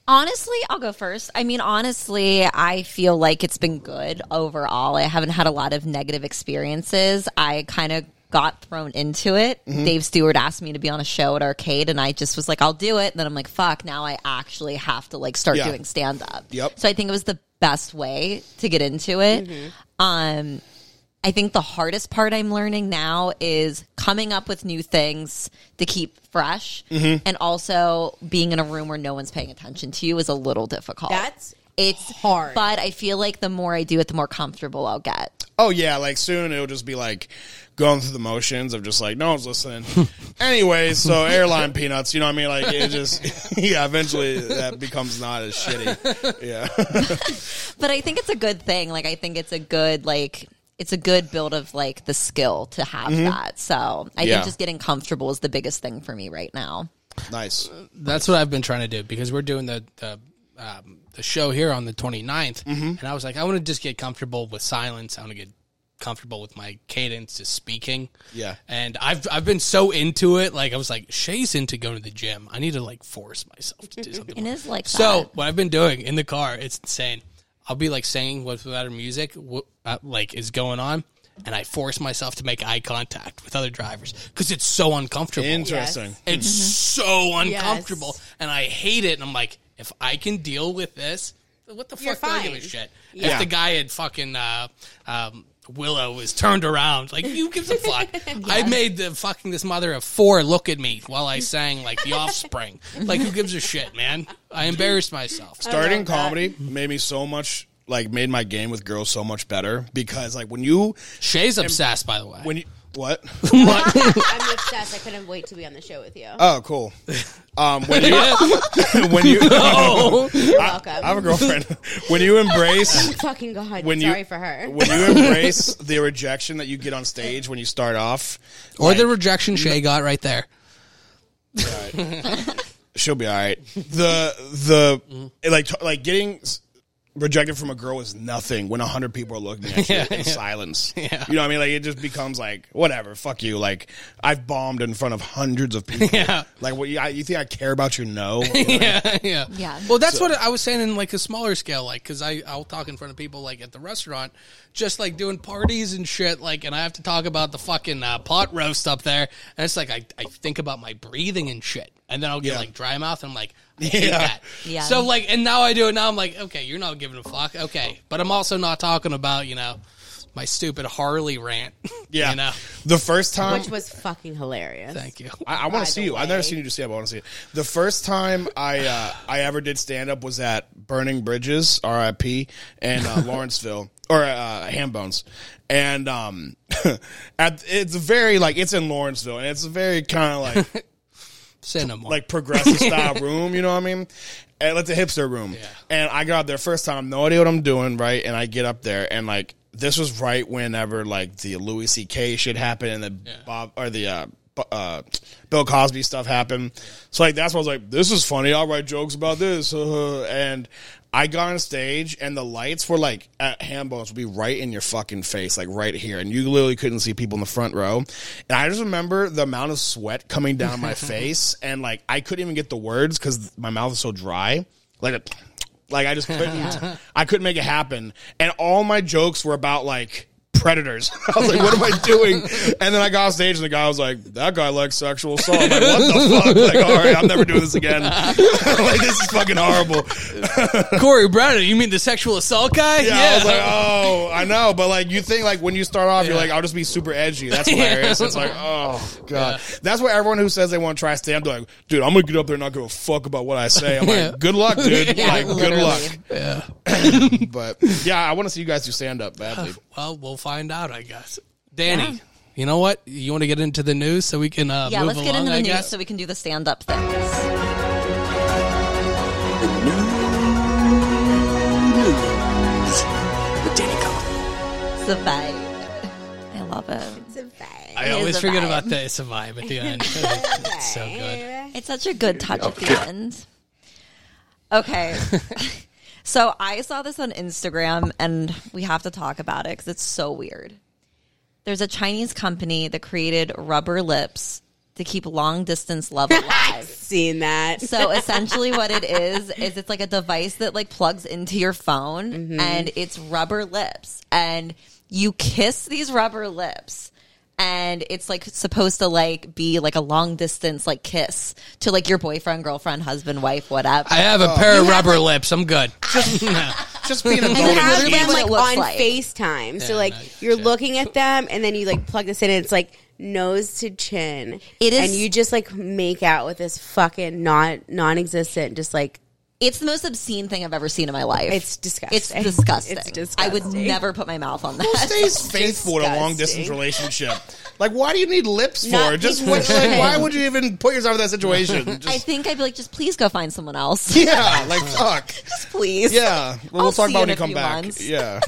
Honestly, I'll go first. I mean, honestly, I feel like it's been good overall. I haven't had a lot of negative experiences. I kind of got thrown into it.
Mm-hmm.
Dave Stewart asked me to be on a show at Arcade, and I just was like, I'll do it. And then I'm like, fuck, now I actually have to like start
Yeah.
doing stand up.
Yep. Mm-hmm.
So I think it was the best way to get into it. Um, I think the hardest part I'm learning now is coming up with new things to keep fresh, and also being in a room where no one's paying attention to you is a little difficult.
That's
it's
hard.
but I feel like the more I do it, the more comfortable I'll get.
Oh yeah, like soon it'll just be like going through the motions of just like no one's listening. anyway, so airline peanuts, you know what I mean? Like it just yeah, eventually that becomes not as shitty. Yeah.
But I think it's a good thing. Like I think it's a good like it's a good build of like the skill to have that. So I
Yeah.
think just getting comfortable is the biggest thing for me right now.
nice.
That's what I've been trying to do because we're doing the the um, the show here on the 29th, and I was like, I want to just get comfortable with silence. I want to get comfortable with my cadence to speaking.
Yeah.
and I've I've been so into it. Like I was like, Shay's into going to the gym. I need to like force myself to do something.
It is like
So
that.
what I've been doing in the car, it's insane. I'll be like singing with whatever music wh- uh, like is going on, and I force myself to make eye contact with other drivers because it's so uncomfortable.
Interesting.
It's
Mm-hmm.
so uncomfortable, and I hate it. And I'm like, if I can deal with this, what the
You're
fuck do I give a
fine.
shit?
Yeah.
If the guy had fucking uh, um, Willow is turned around. Like, you gives a fuck. I made the fucking this mother of four look at me while I sang like the offspring. Like, who gives a shit, man? I embarrassed myself.
starting comedy made me so much like made my game with girls so much better because like when you
Shay's obsessed, by the way.
when you what
I'm obsessed. I couldn't wait to be on the show with you.
oh cool um when you when you
You're welcome.
I have a girlfriend when you embrace
Fucking god.
when
sorry
you
for her.
when you embrace the rejection that you get on stage when you start off
or the rejection Shay got right there.
she'll be all right. The the like t- like getting s- rejected from a girl is nothing when a hundred people are looking at you in silence. You know what I mean? Like it just becomes like whatever. Fuck you. Like I've bombed in front of hundreds of people.
Yeah.
Like what? You, I, you think I care about your no?
yeah, yeah,
Yeah.
Well, that's what I was saying in like a smaller scale, like because I I'll talk in front of people like at the restaurant, just like doing parties and shit, like, and I have to talk about the fucking uh, pot roast up there, and it's like I I think about my breathing and shit, and then I'll get
Yeah.
like dry mouth, and I'm like. I hate that.
Yeah.
So like, and now I do it. Now I'm like, okay, you're not giving a fuck. Okay, but I'm also not talking about you know my stupid Harley rant.
yeah.
you know.
The first time.
which was fucking hilarious.
Thank you.
I, I want to see
the
you. I've never
way.
seen you do stand up. I want to see it. The first time I uh, I ever did stand up was at Burning Bridges, R.I.P. and uh, Lawrenceville or uh, Hambones, and um, at it's very like it's in Lawrenceville, and it's a very kind of like
Cinema.
like progressive style room. You know what I mean? And like the hipster room. And I got up there first time, no idea what I'm doing, right? And I get up there and like this was right whenever like the Louis C.K. shit happened and the Bob or the uh, Bu- uh, Bill Cosby stuff happened. So like that's why I was like, this is funny. I'll write jokes about this. uh, and I got on stage and the lights were like at Hambones would be right in your fucking face, like right here. And you literally couldn't see people in the front row. And I just remember the amount of sweat coming down my face and like I couldn't even get the words because my mouth was so dry. Like a, like I just couldn't I couldn't make it happen. And all my jokes were about like predators. I was like, what am I doing? And then I got on stage and the guy was like, that guy likes sexual assault. I'm like, what the fuck? Like, all right, I'm never doing this again. like, this is fucking horrible.
Corey Brown. You mean the sexual assault guy?
Yeah, I was like, oh, I know, but like you think like when you start off, you're like, I'll just be super edgy. That's hilarious. It's like, oh god, that's what everyone who says they want to try stand up, like, dude, I'm gonna get up there and not give a fuck about what I say. I'm
Yeah.
like, good luck, dude.
Yeah,
like, good
literally.
luck. Yeah, but yeah, I want to see you guys do stand up badly.
Well, we'll find out, I guess. Danny, you know what? You want to get into the news so we can uh,
Yeah,
move
let's
along,
get into the
I
news
guess?
so we can do the stand up things. The vibe. I love it.
I
It is
always
a
forget
vibe.
about the it's a vibe at the end. it's so good.
It's such a good touch at the end. Okay. so I saw this on Instagram and we have to talk about it because it's so weird. There's a Chinese company that created rubber lips to keep long distance love alive.
Seen that.
So essentially what it is is it's like a device that like plugs into your phone
Mm-hmm.
and it's rubber lips and you kiss these rubber lips and it's like supposed to like be like a long distance like kiss to like your boyfriend, girlfriend, husband, wife, whatever.
I have a pair of rubber lips. I'm good. No.
Just being a
and then
voting
have
literally
them
what
like
it looks
on
like.
FaceTime. So
Yeah,
like
no, you
you're
should.
looking at them, and then you like plug this in, and it's like nose to chin.
It is-
and you just like make out with this fucking non non-existent, just like
It's the most obscene thing I've ever seen in my life.
It's disgusting.
It's disgusting.
It's
I would
disgusting.
never put my mouth on that.
stays faithful in a long distance
disgusting.
relationship. Like, why do you need lips for?
Not
Just
people
what, like,
should.
why would you even put yourself in that situation?
I
Just,
think I'd be like, just please go find someone else.
yeah, like fuck.
Just please.
Yeah, we'll
I'll
talk
see you
about when
in
you
a
come
few
back.
months.
Yeah.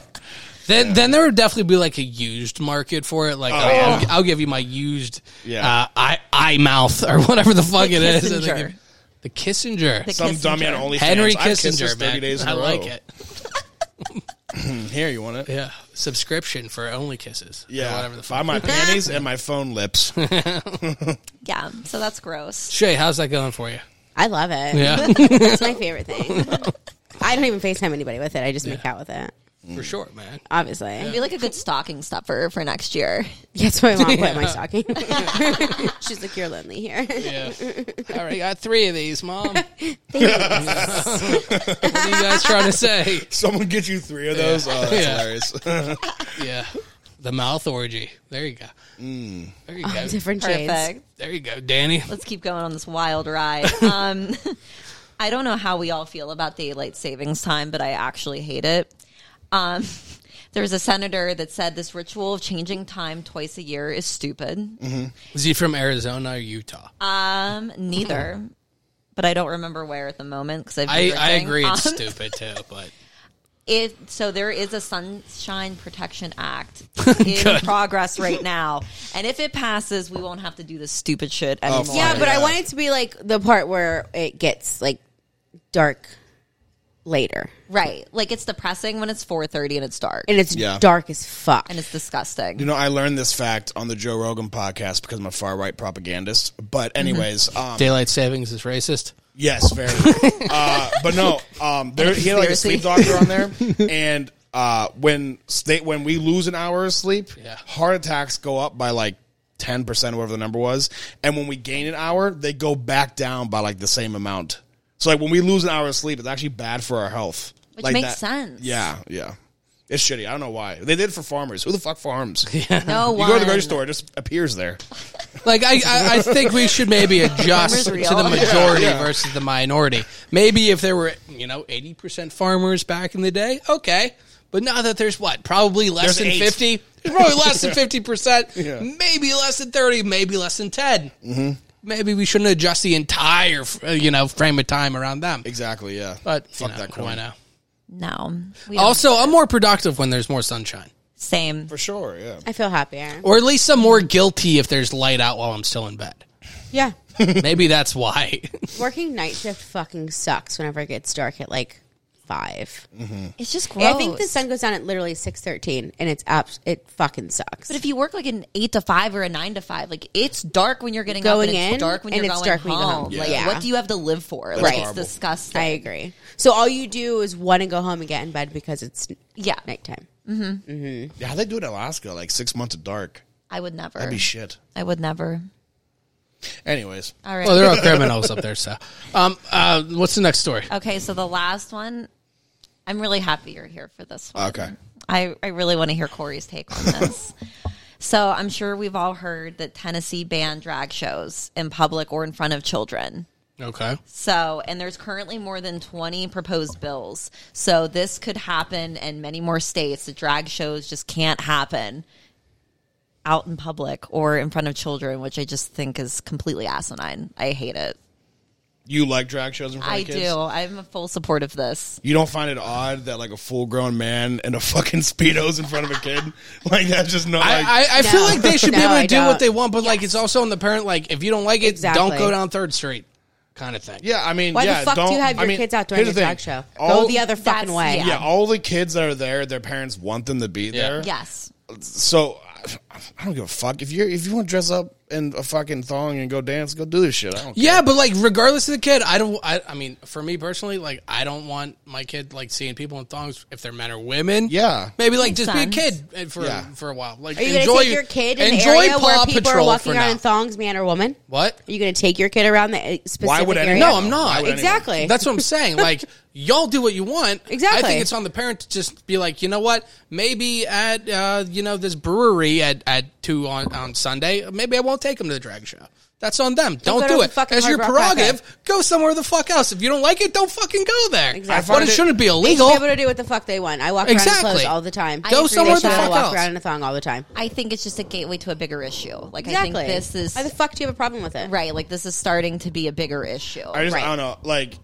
Then, then there would definitely be like a used market for it. Like, okay, I'll, I'll give you my used
Yeah.
uh, eye, eye mouth or whatever the fuck it is. And they
Kissinger.
give- The Kissinger.
The
Some dummy on
Kissinger.
OnlyFans.
Henry
I've kissed this
Kissinger. Man.
30 days in
I
a row.
like it.
Here, you want it?
Yeah. Subscription for only kisses. or
Yeah,
Whatever the fuck.
Buy my panties and my phone lips.
Yeah. So that's gross.
Shay, how's that going for you?
I love it.
Yeah.
That's my favorite thing. I don't even FaceTime anybody with it. I just make out with it.
for sure, man.
Obviously,
It'd be like a good stocking stuffer for next year.
that's why my mom put in my stocking. She's like, "You're lonely here."
Yeah. I already got three of these, Mom. what are you guys trying to say?
Someone get you three of those. Oh, that's
Yeah.
hilarious.
Yeah. The mouth orgy. There you go. There you go.
Different shades.
Perfect.
There you go, Danny.
Let's keep going on this wild ride. Um, I don't know how we all feel about daylight savings time, but I actually hate it. Um, there was a senator that said this ritual of changing time twice a year is stupid.
Is he from Arizona or Utah?
Um, neither, but I don't remember where at the moment because I've been
I, I
drinking.
agree it's
Um,
stupid too, but
it so there is a sunshine protection act in progress right now and if it passes we won't have to do this stupid shit
Oh,
anymore
Yeah, but I want it to be like the part where it gets like dark later,
right like it's depressing when it's 4.30 and it's dark
and it's
Yeah.
dark as fuck.
and it's disgusting
You know, I learned this fact on the Joe Rogan podcast because I'm a far right propagandist. But
Mm-hmm.
anyways, um,
daylight savings is racist.
Yes, very. uh, but no, um, there, he had like a sleep doctor on there, and uh, when state when we lose an hour of sleep,
Yeah.
heart attacks go up by like ten percent, whatever the number was, and when we gain an hour, they go back down by like the same amount. So like when we lose an hour of sleep, it's actually bad for our health.
Which
like
makes sense.
Yeah, yeah. It's shitty. I don't know why they did it for farmers. Who the fuck farms?
no
You
one
go to the grocery store, it just appears there.
Like I, I, I think we should maybe adjust
Farmers
to
real.
the majority
Yeah, yeah.
versus the minority. Maybe if there were you know eighty percent farmers back in the day, okay. But now that there's what probably less
There's
than
eight.
fifty, there's probably less than fifty percent,
Yeah. Mm-hmm.
maybe less than thirty, maybe less than 10 Maybe we shouldn't adjust the entire uh, you know frame of time around them.
Exactly. Yeah.
But you
fuck
know,
that
what do I
corn.
know?
no we don't.
Also, I'm more productive when there's more sunshine,
same
for sure. Yeah.
I feel happier.
or at least I'm more guilty if there's light out while I'm still in bed.
Yeah,
Maybe that's why.
working night shift fucking sucks. Whenever it gets dark at like five,
it's just gross
I think the sun goes down at literally six thirteen, and it's up. It fucking sucks.
but if you work like an eight to five or a nine to five, like it's dark when you're getting
Going
up and
in,
it's dark when
and
you're
it's
going
dark when you go
home.
home.
Like,
Yeah.
what do you have to live for? Like,
Right.
it's
horrible.
disgusting.
I agree. So all you do is want to go home and get in bed because it's
Yeah.
nighttime.
Yeah. How they do it in Alaska? Like six months of dark.
I would never.
That'd be shit.
I would never.
Anyways,
All right.
Well, they're all criminals up there. So, um, uh, what's the next story?
Okay, so the last one, I'm really happy you're here for this one.
Okay.
I, I really want to hear Corey's take on this. so I'm sure we've all heard that Tennessee banned drag shows in public or in front of children.
Okay,
So, and there's currently more than 20 proposed bills. So, this could happen in many more states. The drag shows just can't happen out in public or in front of children, which I just think is completely asinine. I hate it.
you like drag shows in front
I
of kids?
do. I'm a full support of this.
You don't find it odd that like a full grown man in a fucking speedos in front of a kid? like that's just not. like,
I, I, I feel
No.
like they should be
No,
able to
I
do
don't.
what they want, but like it's also on the parent. Like if you don't like it,
Exactly.
don't go down Third Street, kind of thing.
yeah, I mean,
Why
yeah,
the fuck
don't,
do you have
I
your
mean,
kids out during a
here's the
drag
thing.
show?
All-
Go the other
That's-
fucking way.
yeah.
Yeah, all the kids that are there, their parents want them to be there.
Yes.
So I- I don't give a fuck if you are if you want to dress up in a fucking thong and go dance, go do this shit. I don't. Care.
Yeah, but like regardless of the kid, I don't. I, I mean, for me personally, like I don't want my kid like seeing people in thongs if they're men or women.
Yeah.
maybe like
Makes
just
sense.
be a kid and for
Yeah.
for a while. Like
Are you going
enjoy
to take your kid in an area where people are
for
walking around
now.
in thongs, man or woman?
What?
Are you going to take your kid around the uh, specific
Why would
area?
anyone?
No, I'm not.
Why would anyone?
Exactly.
That's what I'm saying. Like y'all do what you want. I
Exactly.
think it's on the parent to just be like, you know what? Maybe at uh, you know this brewery at, at two on, on Sunday, maybe I won't take them to the drag show. That's on them. Don't
go
do
to
it.
the fucking
As your
Hard Rock Cafe.
prerogative, go somewhere the fuck else. If you don't like it, don't fucking go there.
Exactly.
But it, shouldn't be
They should
illegal.
be able to do what the fuck they want. I walk around in
Exactly.
clothes all the time.
Go
They
somewhere
should
the
be able to
fuck
walk
else.
around in a thong all the time.
I think it's just a gateway to a bigger issue. Like,
Exactly.
I think this is.
Why the fuck do you have a problem with it?
Right, like this is starting to be a bigger issue.
I just
Right.
I don't know. Like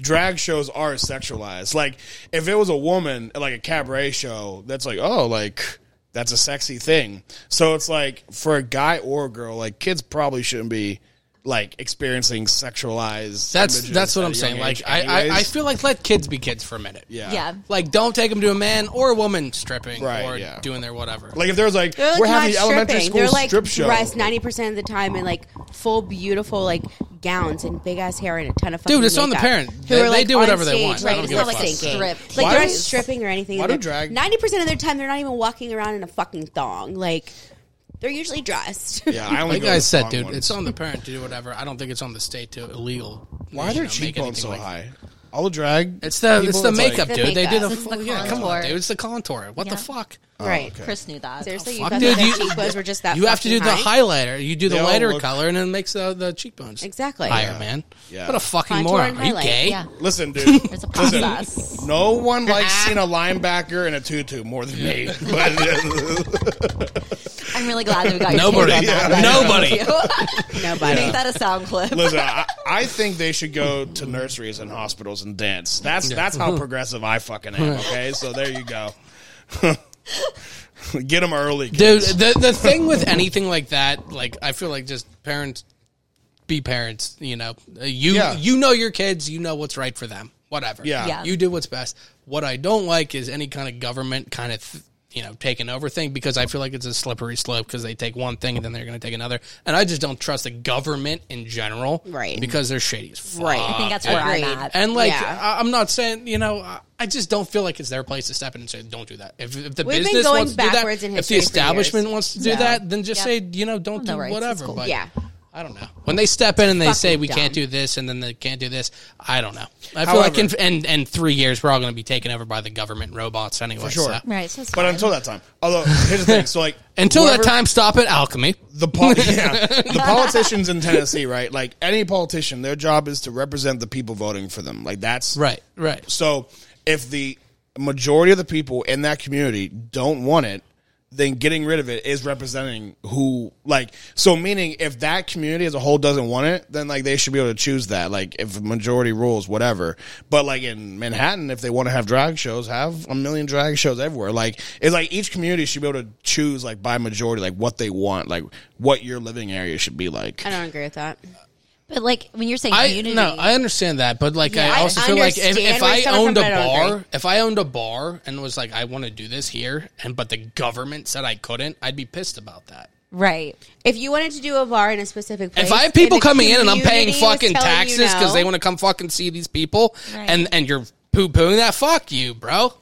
drag shows are sexualized. Like if it was a woman at like a cabaret show, that's like oh like that's a sexy thing. So it's like for a guy or a girl, like kids probably shouldn't be like experiencing sexualized.
That's
images
that's what
at
I'm
a
saying.
young
Like
age
I, I, I
anyways.
feel like let kids be kids for a minute.
yeah.
yeah.
Like don't take them to a man or a woman stripping
Right,
or
yeah.
doing their whatever.
Like if there was like,
They're like
we're
not
having the elementary
stripping.
school
They're like
strip show.
dressed ninety percent of the time in like full beautiful like gowns and big ass hair and a ton of fucking
Dude, it's on the
makeup.
parent.
Who
They-
are,
they
like,
do
on
whatever they
stage,
want. I
Right,
don't
it's
give
not
a
like
fuck.
thinking.
Strip
Like
Why
they're not
does-
stripping or anything.
why do drag-
Ninety percent of their time they're not even walking around in a fucking thong. Like they're usually dressed.
yeah, I only
Like
go to
I
the
said,
thong
dude,
ones.
it's on the parent to do whatever. I don't think it's on the state to illegal.
Why are
you
their
know, make
cheekbones
anything
so
like-
high? All the drag.
It's the
people,
it's the
like-
makeup, dude. They
makeup.
did a
This is
full,
the
yeah, come on,
contour.
dude. It's the contour. What the fuck?
right.
Oh,
Chris knew that.
Seriously, you
Fuck,
thought
dude,
that
you,
their cheekbones were just that.
you have to do
fucking
the
high?
highlighter. You do the
They all
lighter
look-
color, and it makes the, the cheekbones
Exactly.
higher, man.
Yeah.
What a fucking
Contour
moron!
and
Are you
highlight,
gay?
Yeah,
Listen, dude.
it's a
Listen,
process.
no one likes seeing a linebacker in a tutu more than me. But
I'm really glad that we got your
Nobody.
take on that.
Yeah. Nobody.
Thank you.
Nobody.
Make that a sound clip.
listen, I, I think they should go to nurseries and hospitals and dance. That's that's how progressive I fucking am. Okay, so there you go. Get them early,
Dude,
kids.
the the thing with anything like that, like I feel like just parents be parents, you know. Uh, You
Yeah.
you know your kids, you know what's right for them. Whatever.
Yeah.
Yeah.
You do what's best. What I don't like is any kind of government kind of th- you know, taking over thing because I feel like it's a slippery slope because they take one thing and then they're going to take another. And I just don't trust the government in general.
Right.
Because they're shady as fuck.
Right.
I think that's where I'm
Agreed.
at.
And like,
Uh, Yeah.
I, I'm not saying you know, I, I just don't feel like it's their place to step in and say, "Don't do that." If, if the
We've been
business
going
wants to do that,
backwards in
if the
history for
establishment
years.
wants to do
Yeah.
that, then just
Yep.
say, you know, don't
No
do
rights, it's
whatever.
cool.
But
Yeah.
I don't know. When they step in and they say
fucking
we can't
dumb.
do this, and then they can't do this, I don't know. I feel
However-
like in and and three years we're all going to be taken over by the government robots anyway.
For sure.
so.
Right, so it's
But
fine.
until that time, although here's the thing, so like
Until
whoever-
that time, stop it, alchemy.
the pol- yeah, the politicians in Tennessee, right? Like any politician, their job is to represent the people voting for them. Like that's
Right, right.
So if the majority of the people in that community don't want it, then getting rid of it is representing who like so meaning if that community as a whole doesn't want it, then like they should be able to choose that. Like if majority rules, whatever. But like in Manhattan, if they want to have drag shows, have a million drag shows everywhere. Like it's like each community should be able to choose like by majority like what they want, like what your living area should be like.
I don't agree with that.
But like when you're saying
I
unity,
no, I understand that, but like
Yeah,
I
I
also feel like if,
understand
if
where
I
he's coming
owned a
from, but I don't
bar,
agree.
if I owned a bar and was like, I want to do this here, and but the government said I couldn't, I'd be pissed about that.
right?
If you wanted to do a bar in a specific place,
If I have people
the
coming in and I'm
community
paying
was
fucking
telling you
taxes because
no,
they want to come fucking see these people,
Right.
and and you're poo pooing that, fuck you, bro.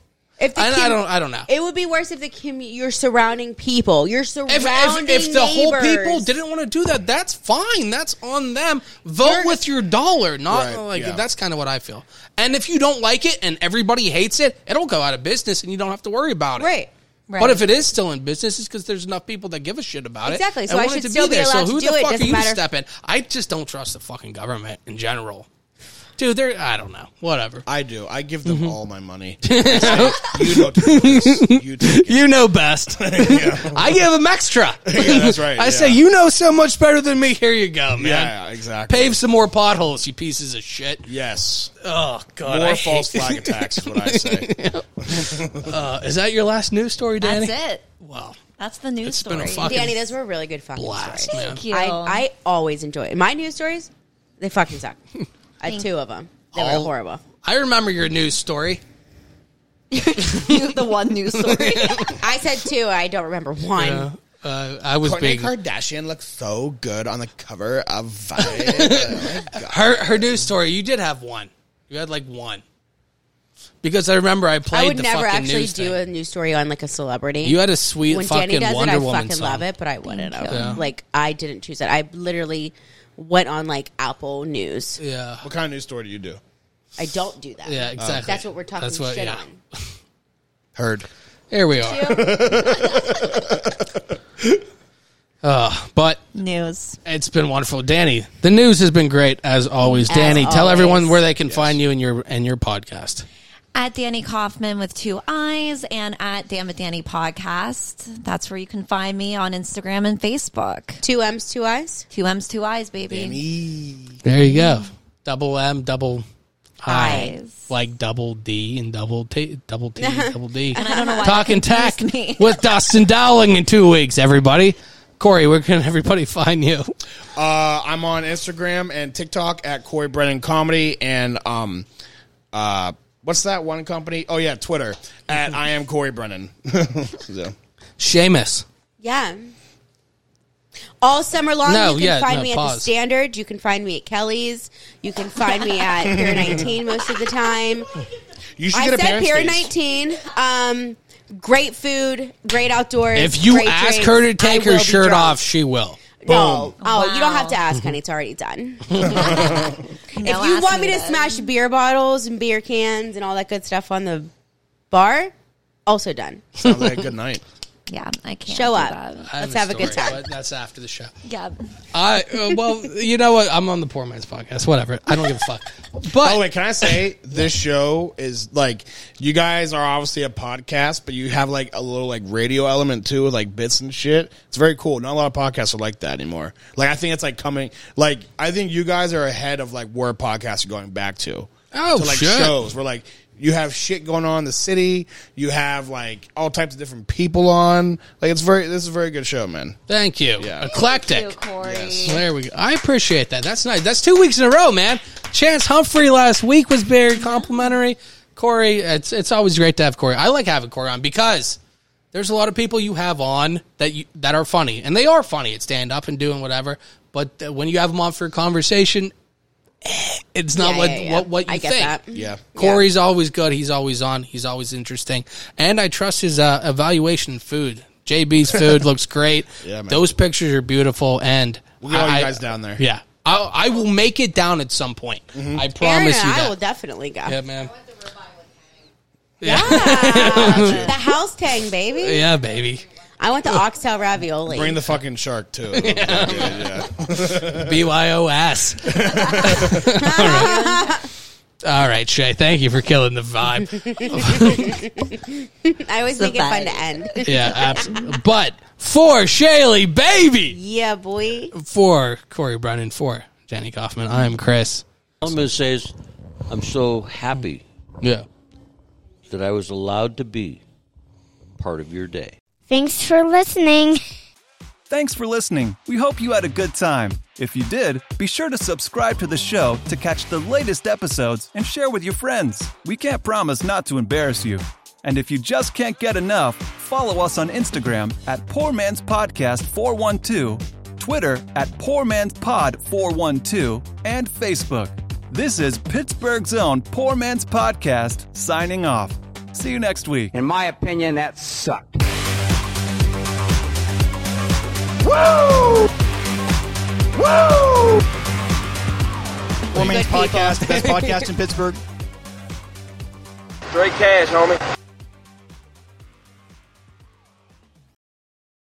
If the
I- I
com-
don't- I don't know.
It would be worse if the commu- your surrounding people, your surrounding
If, if, if the whole
neighbors-
people didn't want to do that, that's fine. That's on them. Vote with your dollar, not
Right,
like
yeah.
that's kind of what I feel. And if you don't like it and everybody hates it, it'll go out of business, and you don't have to worry about it.
right?
Right.
But if it is still in business, it's because there's enough people that give a shit about
Exactly,
it.
so
and
I
want it
should still be allowed
who
to
the
do it,
fuck are
doesn't
you to
matter.
step in? I just don't trust the fucking government in general, dude. They're I don't know, whatever.
I do. I give them all my money. I say, you don't do this. You take it.
You know best. I give them extra.
Yeah, that's right.
I say
yeah.
you know so much better than me. Here you go, man.
Yeah, exactly.
Pave some more potholes, you pieces of shit.
Yes.
Oh god, I
More
hate-
false flag attacks is what I say.
Uh, is that your last news story, Danny?
That's it.
Wow,
That's the news
It's been
story.
a fucking
Danny, those were really good fucking
blast,
stories.
man.
Thank you.
I, I always enjoy it. My news stories, they fucking suck. I had
Thank-
two of them. They were
All-
horrible.
I remember your news story.
you the one news story.
I said two. I don't remember one.
Uh, I was
Kourtney
being
Kardashian looks so good on the cover of Vibe.
her her news story. You did have one. You had like one. Because I remember I played
I would
the
never
fucking
actually
news
do
thing.
a news story on like a celebrity.
You had a sweet
when
fucking
Danny does
Wonder
it, I
Woman
fucking
song.
love it, but I wouldn't have.
Yeah.
Like I didn't choose that. I literally went on like Apple News.
Yeah,
what kind of news story do you do?
I don't do that.
yeah, exactly.
That's what we're talking
That's what-
shit
yeah.
on.
Heard.
Here we are.
Two?
Uh, But
news.
it's been wonderful, Danny. The news has been great as always.
As
Danny, tell
always.
everyone where they can find you and your and your podcast.
At Danny Kaufman with two eyes and at Damn It Danny Podcast. That's where you can find me on Instagram and Facebook.
two M's, two I's.
Two M's, two eyes, baby.
There you go. Double M, double I,
Eyes.
like double D and double T, double T, double D.
And I don't know why
Talk
that
and tack
confused me.
with Dustin Dowling in two weeks. Everybody, Corey, where can everybody find you?
Uh, I'm on Instagram and TikTok at Corey Brennan Comedy and um, uh, what's that one company? Oh yeah, Twitter at I am Corey Brennan. So,
Seamus.
Yeah. All summer long,
No,
you can
yeah,
find
no,
me at the
pause.
Standard. You can find me at Kelly's. You can find me at Pier 19 most of the time.
you should
I
get a
said
parents
Pier 19.
days.
Um, great food, great outdoors.
If you
great
ask
drinks.
her to take
I will
her
be
shirt
drunk.
off, Mm-hmm. she will.
No. Oh, you don't have to ask, honey. It's already done. if you want me to smash beer bottles and beer cans and all that good stuff on the bar, also done.
Sounds like a good night.
yeah, I can't
Show
do
up.
that.
I
Let's have a good
story,
time.
but that's after the show.
Yeah,
I uh, well, you know what? I'm on the poor man's podcast. Whatever. I don't give a fuck. But
By the way, can I say this show is like you guys are obviously a podcast, but you have like a little like radio element too, with like bits and shit. It's very cool. Not a lot of podcasts are like that anymore. Like I think it's like coming. Like I think you guys are ahead of like where podcasts are going back to.
Oh,
to, like
shit.
shows where like you have shit going on in the city. You have like all types of different people on. Like it's very. This is a very good show, man.
thank you,
Yeah.
eclectic.
Thank you, Corey. Yes.
There we go. I appreciate that. That's nice. That's two weeks in a row, man. Chance Humphrey last week was very complimentary. Corey, it's it's always great to have Corey. I like having Corey on because there's a lot of people you have on that you, that are funny, and they are funny at stand up and doing whatever. But uh, when you have them on for a conversation, eh, it's not
Yeah,
what,
yeah, yeah.
what what you
I get
think.
that.
Yeah.
Corey's always good. He's always on. He's always interesting. And I trust his uh, evaluation of food. JB's food looks great.
Yeah, man.
Those pictures are beautiful. And
We'll get all you
I-
guys down there. Mm-hmm.
Yeah. I'll, I will make it down at some point. I promise
Aaron and
you that.
I will definitely go.
yeah, man.
Yeah. the house tang, baby.
Yeah, baby.
I want the oxtail ravioli.
Bring the fucking shark too. yeah.
BYOS. All right. All right, Shay. Thank you for killing the vibe.
I always make it fun to end.
Yeah, absolutely. But for Shaylee, baby.
yeah, boy.
for Corey Brennan, for Jenny Kaufman. I am Chris.
All I'm going to say is, I'm so happy
Yeah.
that I was allowed to be part of your day.
Thanks for listening.
Thanks for listening. We hope you had a good time. If you did, be sure to subscribe to the show to catch the latest episodes and share with your friends. We can't promise not to embarrass you. And if you just can't get enough, follow us on Instagram at Poor Man's Podcast 412, Twitter at Poor Man's Pod 412, and Facebook. This is Pittsburgh's own Poor Man's Podcast signing off. See you next week.
In my opinion, that sucked.
Good people.
Straight cash, homie.